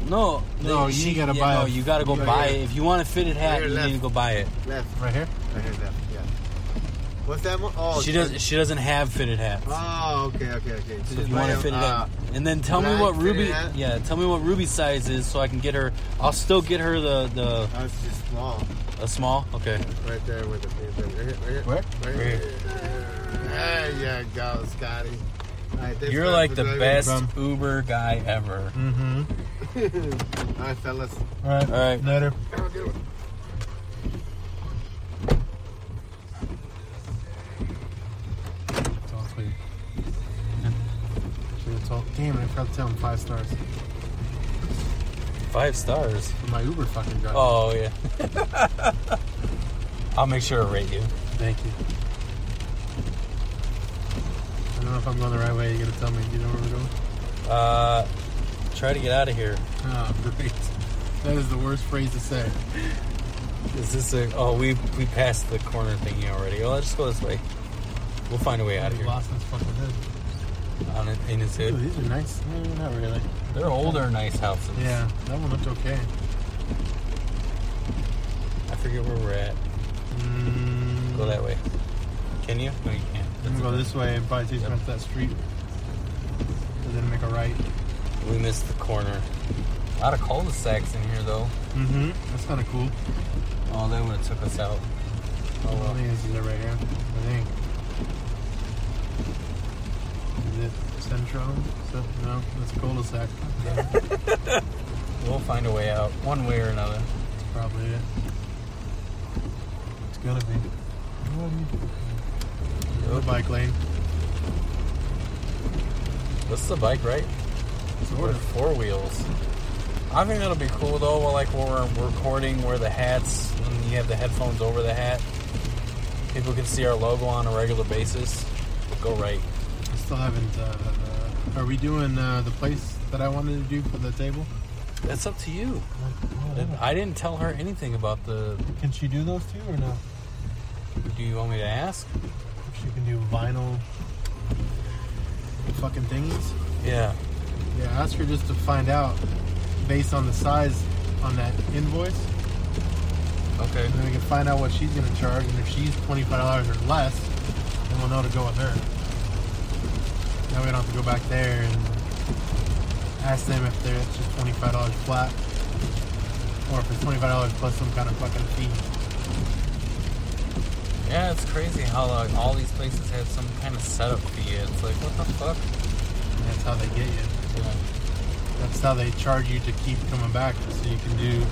[SPEAKER 3] No,
[SPEAKER 4] No,
[SPEAKER 3] they-
[SPEAKER 4] you
[SPEAKER 3] she-
[SPEAKER 4] gotta
[SPEAKER 3] yeah,
[SPEAKER 4] buy
[SPEAKER 3] No,
[SPEAKER 4] a-
[SPEAKER 3] you gotta go
[SPEAKER 4] Right
[SPEAKER 3] buy
[SPEAKER 2] here.
[SPEAKER 3] it. If you want a fitted hat,
[SPEAKER 2] Right here,
[SPEAKER 3] you
[SPEAKER 2] left.
[SPEAKER 3] need to go buy it.
[SPEAKER 2] Left,
[SPEAKER 4] Right here.
[SPEAKER 2] right here, left. Yeah. What's that one? Oh,
[SPEAKER 3] She
[SPEAKER 2] it's-
[SPEAKER 3] doesn't. She doesn't have fitted hats.
[SPEAKER 2] Oh, okay, okay, okay.
[SPEAKER 3] So if you want to fit it up, and then tell me
[SPEAKER 2] uh, black
[SPEAKER 3] what
[SPEAKER 2] fitted
[SPEAKER 3] Ruby.
[SPEAKER 2] hat?
[SPEAKER 3] Yeah, tell me what Ruby size is, so I can get her. I'll still get her the the
[SPEAKER 2] Oh, it's just small.
[SPEAKER 3] a small. Okay.
[SPEAKER 2] Right there with the paper. Right here, right here.
[SPEAKER 4] Where?
[SPEAKER 2] Right
[SPEAKER 3] Right
[SPEAKER 2] here. There you go, Scotty. All right, thanks,
[SPEAKER 3] You're
[SPEAKER 2] guys,
[SPEAKER 3] like
[SPEAKER 2] for
[SPEAKER 3] the
[SPEAKER 2] driving.
[SPEAKER 3] best Uber guy ever.
[SPEAKER 4] Mm-hmm.
[SPEAKER 2] All right, fellas.
[SPEAKER 4] All right.
[SPEAKER 3] All right.
[SPEAKER 4] Later.
[SPEAKER 2] Have a good one.
[SPEAKER 4] Don't sleep. Should we talk? Damn it, I forgot to tell him five stars for
[SPEAKER 3] Five stars.
[SPEAKER 4] my Uber fucking driver.
[SPEAKER 3] Oh yeah. I'll make sure I rate you.
[SPEAKER 4] Thank you. I don't know if I'm going the right way. You gotta tell me. You know where we're going?
[SPEAKER 3] Uh, try to get out of here.
[SPEAKER 4] Oh, great. That is the worst phrase to say.
[SPEAKER 3] Is this a? Oh, we we passed the corner thingy already. Oh, let's just go this way. We'll find a way out of
[SPEAKER 4] He's
[SPEAKER 3] here.
[SPEAKER 4] lost in his fucking head.
[SPEAKER 3] On it, in his
[SPEAKER 4] Ooh,
[SPEAKER 3] hood.
[SPEAKER 4] these are nice. No, not really.
[SPEAKER 3] They're older, nice houses.
[SPEAKER 4] Yeah, that one looked okay.
[SPEAKER 3] I forget where we're at.
[SPEAKER 4] Mm,
[SPEAKER 3] Go that way. Can you? No, you can't.
[SPEAKER 4] I'm gonna go this way and probably take
[SPEAKER 3] Yep.
[SPEAKER 4] yep. to that street. And then make a right.
[SPEAKER 3] We missed the corner. A lot of cul-de-sacs in here, though.
[SPEAKER 4] Mm-hmm. That's kind of cool.
[SPEAKER 3] Oh, they would have took us out.
[SPEAKER 4] Oh, well. I think this is it right here. I think. Is it Centro? So, no, that's cul-de-sac. That's
[SPEAKER 3] We'll find a way out, one way or another.
[SPEAKER 4] probably it. It's gonna be. No bike lane.
[SPEAKER 3] This is a bike, right?
[SPEAKER 4] Sort
[SPEAKER 3] With
[SPEAKER 4] of.
[SPEAKER 3] four wheels. I think that'll be cool though. Well, like when we're recording, where the hats and you have the headphones over the hat, people can see our logo on a regular basis. Go right.
[SPEAKER 4] I still haven't. Uh, uh, are we doing uh, the place that I wanted to do for the table?
[SPEAKER 3] That's up to you. I didn't tell her anything about the.
[SPEAKER 4] Can she do those two or no?
[SPEAKER 3] Do you want me to ask?
[SPEAKER 4] If she can do vinyl fucking thingies.
[SPEAKER 3] Yeah.
[SPEAKER 4] Yeah, ask her just to find out based on the size on that invoice.
[SPEAKER 3] Okay.
[SPEAKER 4] And then we can find out what she's going to charge. And if she's $25 or less, then we'll know to go with her. Now we don't have to go back there and ask them if they're it's just $25 flat or if it's $25 plus some kind of fucking fee.
[SPEAKER 3] Yeah, it's crazy how like all these places have some kind of setup fee. It's like what the fuck?
[SPEAKER 4] And that's how they get you. That's how they charge you to keep coming back, so you can do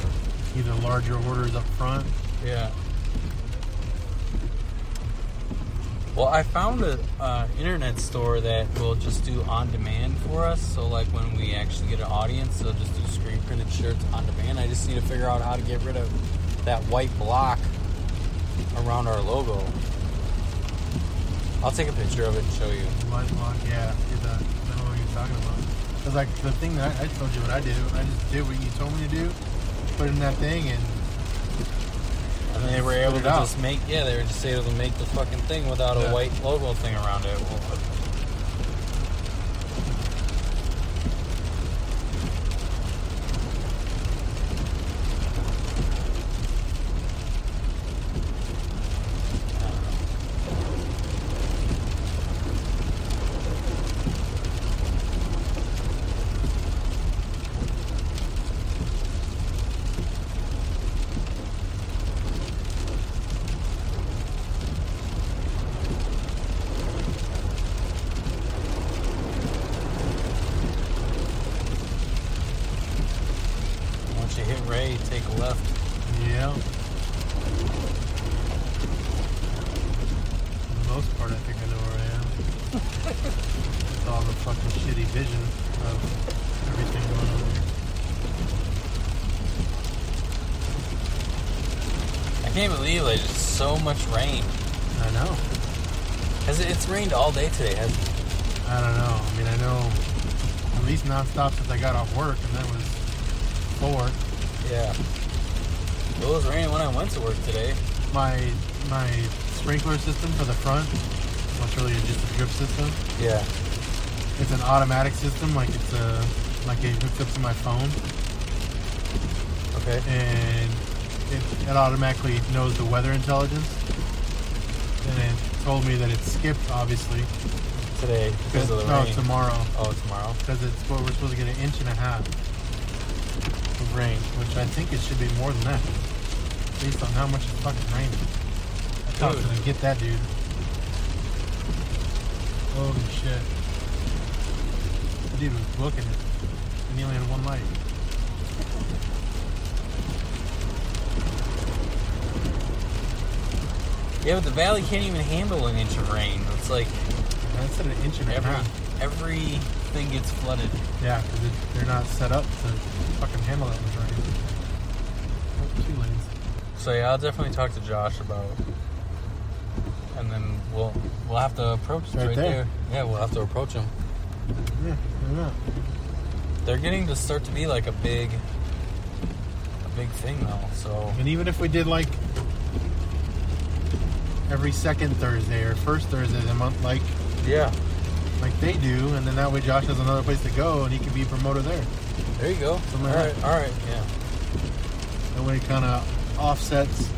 [SPEAKER 4] either larger orders up front.
[SPEAKER 3] Yeah. Well, I found a uh, internet store that will just do on demand for us. So, like when we actually get an audience, they'll just do screen printed shirts on demand. I just need to figure out how to get rid of that white block around our logo. I'll take a picture of it and show you.
[SPEAKER 4] Light block, yeah, do that. I don't know what you're talking about. Cause like the thing that I, I told you what I did, I just did what you told me to do, put in that thing, and
[SPEAKER 3] And they were able
[SPEAKER 4] Put
[SPEAKER 3] to
[SPEAKER 4] it out.
[SPEAKER 3] just make, yeah, they were just able to make the fucking thing without
[SPEAKER 4] Yeah.
[SPEAKER 3] a white logo thing around it. Well, Once you hit Ray, take a left.
[SPEAKER 4] yeah. For the most part, I think I know where I am. With all the fucking shitty vision of everything going on here.
[SPEAKER 3] I can't believe there's just so much rain.
[SPEAKER 4] I know.
[SPEAKER 3] Has it, it's rained all day today, hasn't it?
[SPEAKER 4] I don't know. I mean, I know at least nonstop since I got off work, and that was four.
[SPEAKER 3] Yeah. It was raining when I went to work today.
[SPEAKER 4] My my sprinkler system for the front, which really is just a drip system.
[SPEAKER 3] Yeah.
[SPEAKER 4] It's an automatic system, like it's a like it hooks up to my phone,
[SPEAKER 3] Okay.
[SPEAKER 4] and it, it automatically knows the weather intelligence. And it told me that it skipped, obviously.
[SPEAKER 3] Today, because of the
[SPEAKER 4] no,
[SPEAKER 3] rain.
[SPEAKER 4] tomorrow.
[SPEAKER 3] oh, tomorrow.
[SPEAKER 4] because it's what we're supposed to get an inch and a half of rain, which I think it should be more than that, based on how much it's fucking raining. I thought I was
[SPEAKER 3] Dude.
[SPEAKER 4] gonna get that, dude. Holy shit! That dude was booking it, and he only had one light.
[SPEAKER 3] Yeah, but the valley can't even handle an inch of rain. It's like
[SPEAKER 4] I said an inch and a
[SPEAKER 3] every
[SPEAKER 4] half.
[SPEAKER 3] every thing gets flooded.
[SPEAKER 4] Yeah, because they're not set up to fucking handle that much rain. Oh, Two lanes.
[SPEAKER 3] So yeah, I'll definitely talk to Josh about, and then we'll we'll have to approach right,
[SPEAKER 4] Right
[SPEAKER 3] there.
[SPEAKER 4] there.
[SPEAKER 3] Yeah, we'll have to approach him.
[SPEAKER 4] Yeah, why not?
[SPEAKER 3] They're getting to start to be like a big, a big thing though. So
[SPEAKER 4] And even if we did like every second Thursday or first Thursday of the month, like
[SPEAKER 3] yeah,
[SPEAKER 4] like they do, and then that way Josh has another place to go, and he can be a promoter there.
[SPEAKER 3] there you go.
[SPEAKER 4] Something
[SPEAKER 3] all
[SPEAKER 4] like
[SPEAKER 3] right, all right, yeah.
[SPEAKER 4] That way, it kind of offsets,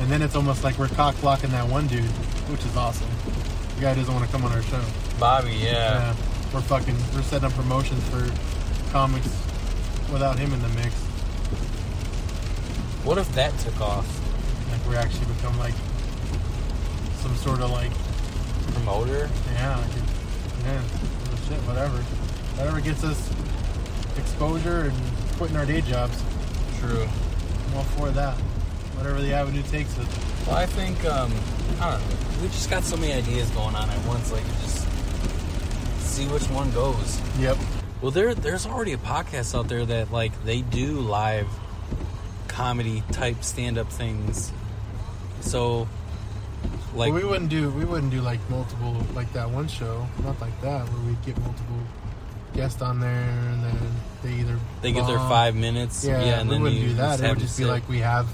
[SPEAKER 4] and then it's almost like we're cock blocking that one dude, which is awesome. The guy doesn't want to come on our show.
[SPEAKER 3] Bobby, yeah.
[SPEAKER 4] Yeah, we're fucking we're setting up promotions for comics without him in the mix.
[SPEAKER 3] What if that took off?
[SPEAKER 4] Like we're actually become like some sort of like
[SPEAKER 3] Promoter?
[SPEAKER 4] Yeah, I could- yeah, well, shit, whatever. Whatever gets us exposure and quitting our day jobs,
[SPEAKER 3] True.
[SPEAKER 4] I'm all for that. Whatever the avenue takes us.
[SPEAKER 3] Well, I think um, I don't know. We just got so many ideas going on at once. Like, just see which one goes.
[SPEAKER 4] Yep.
[SPEAKER 3] Well, there there's already a podcast out there that like they do live comedy type stand up things. So, like,
[SPEAKER 4] we wouldn't do we wouldn't do like multiple like that one show, not like that where we get multiple guests on there and then they either
[SPEAKER 3] they get their
[SPEAKER 4] bomb.
[SPEAKER 3] five minutes.
[SPEAKER 4] Uh-huh. Yeah,
[SPEAKER 3] and
[SPEAKER 4] we
[SPEAKER 3] then
[SPEAKER 4] wouldn't
[SPEAKER 3] you
[SPEAKER 4] do
[SPEAKER 3] Just
[SPEAKER 4] that. It
[SPEAKER 3] have
[SPEAKER 4] would just be
[SPEAKER 3] sit.
[SPEAKER 4] like we have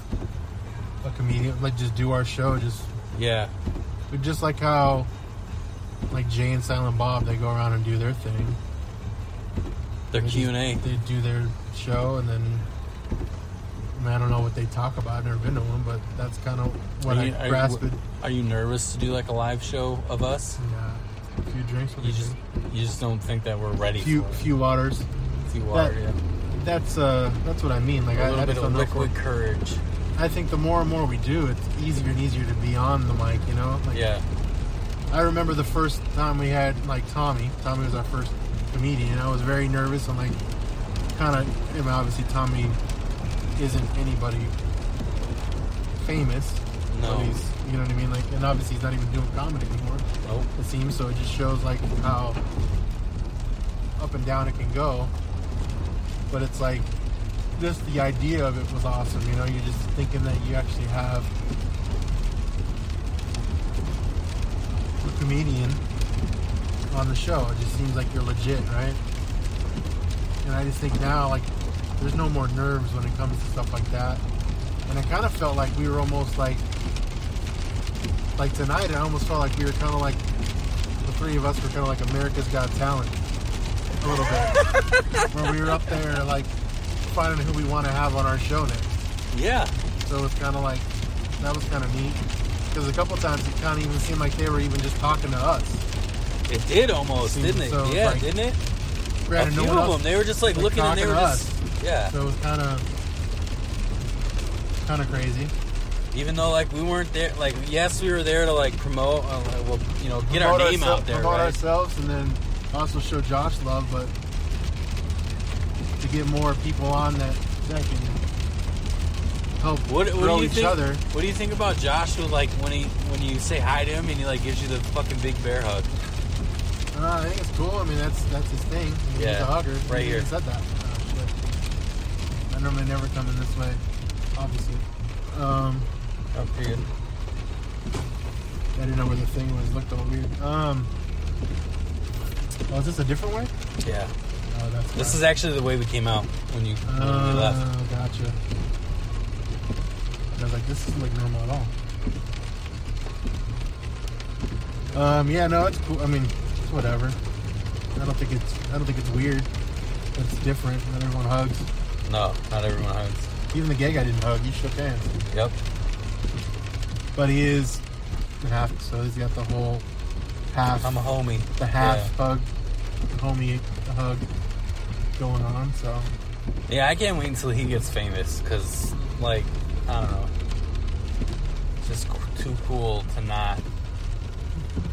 [SPEAKER 4] a comedian like just do our show just
[SPEAKER 3] yeah,
[SPEAKER 4] But just like how, like Jay and Silent Bob, they go around and do their thing.
[SPEAKER 3] their
[SPEAKER 4] They just-
[SPEAKER 3] Q and A.
[SPEAKER 4] They do their show, and then I, mean, I don't know what they talk about. I've never been to one, but that's kind of what I grasp it.
[SPEAKER 3] are you nervous to do like a live show of us?
[SPEAKER 4] Yeah, a few drinks. With
[SPEAKER 3] You just you just don't think that we're ready.
[SPEAKER 4] few
[SPEAKER 3] for it.
[SPEAKER 4] few waters.
[SPEAKER 3] Few water,
[SPEAKER 4] that-
[SPEAKER 3] yeah.
[SPEAKER 4] That's uh, that's what I mean. Like
[SPEAKER 3] a
[SPEAKER 4] I,
[SPEAKER 3] little
[SPEAKER 4] I
[SPEAKER 3] bit
[SPEAKER 4] just
[SPEAKER 3] of
[SPEAKER 4] don't know. if
[SPEAKER 3] liquid courage.
[SPEAKER 4] we're- I think the more and more we do, it's easier and easier to be on the mic. You know, like
[SPEAKER 3] Yeah,
[SPEAKER 4] I remember the first time we had like Tommy. Tommy was our first comedian, and I was very nervous. I'm like, kind of. I mean, obviously Tommy isn't anybody famous.
[SPEAKER 3] No.
[SPEAKER 4] But he's, you know what I mean. Like, and obviously he's not even doing comedy anymore.
[SPEAKER 3] Nope.
[SPEAKER 4] It seems so. It just shows like how up and down it can go. But it's like just the idea of it was awesome. You know, you're just thinking that you actually have a comedian on the show. It just seems like you're legit, right? And I just think now, like, there's no more nerves when it comes to stuff like that. And I kind of felt like we were almost like, like tonight, I almost felt like we were kind of like, the three of us were kind of like America's Got Talent. A little bit. Where we were up there, like, finding who we want to have on our show next.
[SPEAKER 3] yeah.
[SPEAKER 4] So it's kind of like that was kind of neat because a couple times it kind of even seemed like they were even just talking to us.
[SPEAKER 3] It did almost,
[SPEAKER 4] Seems
[SPEAKER 3] didn't it?
[SPEAKER 4] so, it's
[SPEAKER 3] yeah,
[SPEAKER 4] like-
[SPEAKER 3] didn't it?
[SPEAKER 4] Granted,
[SPEAKER 3] a
[SPEAKER 4] no
[SPEAKER 3] few of
[SPEAKER 4] one else.
[SPEAKER 3] them. They were just like
[SPEAKER 4] was
[SPEAKER 3] looking and
[SPEAKER 4] talking
[SPEAKER 3] they were
[SPEAKER 4] to
[SPEAKER 3] just yeah.
[SPEAKER 4] So it was kind of kind of crazy.
[SPEAKER 3] Even though like we weren't there, like yes, we were there to like promote, uh, like, well, you know, get our
[SPEAKER 4] Promote
[SPEAKER 3] name
[SPEAKER 4] ourselves-
[SPEAKER 3] out there,
[SPEAKER 4] promote
[SPEAKER 3] right?
[SPEAKER 4] ourselves, and then also show Josh love, but to get more people on that that can help
[SPEAKER 3] What, what
[SPEAKER 4] grow
[SPEAKER 3] do you
[SPEAKER 4] each
[SPEAKER 3] think?
[SPEAKER 4] other.
[SPEAKER 3] What do you think about Josh? Who like when he when you say hi to him and he like gives you the fucking big bear hug?
[SPEAKER 4] Uh, I think it's cool. I mean, that's that's his thing. I mean,
[SPEAKER 3] Yeah,
[SPEAKER 4] he's a hugger.
[SPEAKER 3] right
[SPEAKER 4] he
[SPEAKER 3] here.
[SPEAKER 4] Said that. Oh, shit. I normally never come in this way, obviously. Um,
[SPEAKER 3] Oh, pretty good.
[SPEAKER 4] I didn't know where the thing was. Looked all weird. Um, oh, is this a different way?
[SPEAKER 3] Yeah.
[SPEAKER 4] Oh, that's.
[SPEAKER 3] This
[SPEAKER 4] why.
[SPEAKER 3] is actually the way we came out when you when we left.
[SPEAKER 4] Oh, gotcha. And I was like, this doesn't look normal at all. Um, yeah, no, it's cool. I mean, it's whatever. I don't think it's. I don't think it's weird. It's different. Not everyone hugs.
[SPEAKER 3] No, not everyone hugs.
[SPEAKER 4] Even the gay guy didn't hug. He shook hands.
[SPEAKER 3] Yep.
[SPEAKER 4] But he is half. So he's got the whole half.
[SPEAKER 3] I'm a homie.
[SPEAKER 4] the half hug, homie hug going on. So
[SPEAKER 3] Yeah. yeah, I can't wait until he gets famous because like I don't know, just c- too cool to not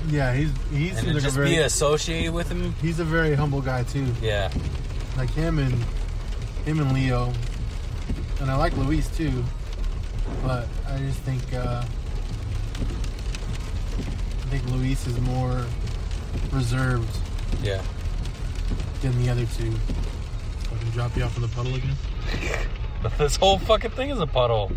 [SPEAKER 4] yeah, he's he's
[SPEAKER 3] and to
[SPEAKER 4] like a
[SPEAKER 3] just
[SPEAKER 4] very
[SPEAKER 3] be associated with him.
[SPEAKER 4] he's a very humble guy too.
[SPEAKER 3] Yeah,
[SPEAKER 4] Like him and him and Leo, and I like Luis too. But I just think uh, I think Luis is more reserved
[SPEAKER 3] yeah.
[SPEAKER 4] than the other two. Fucking drop you off in the puddle again.
[SPEAKER 3] This whole fucking thing is a puddle.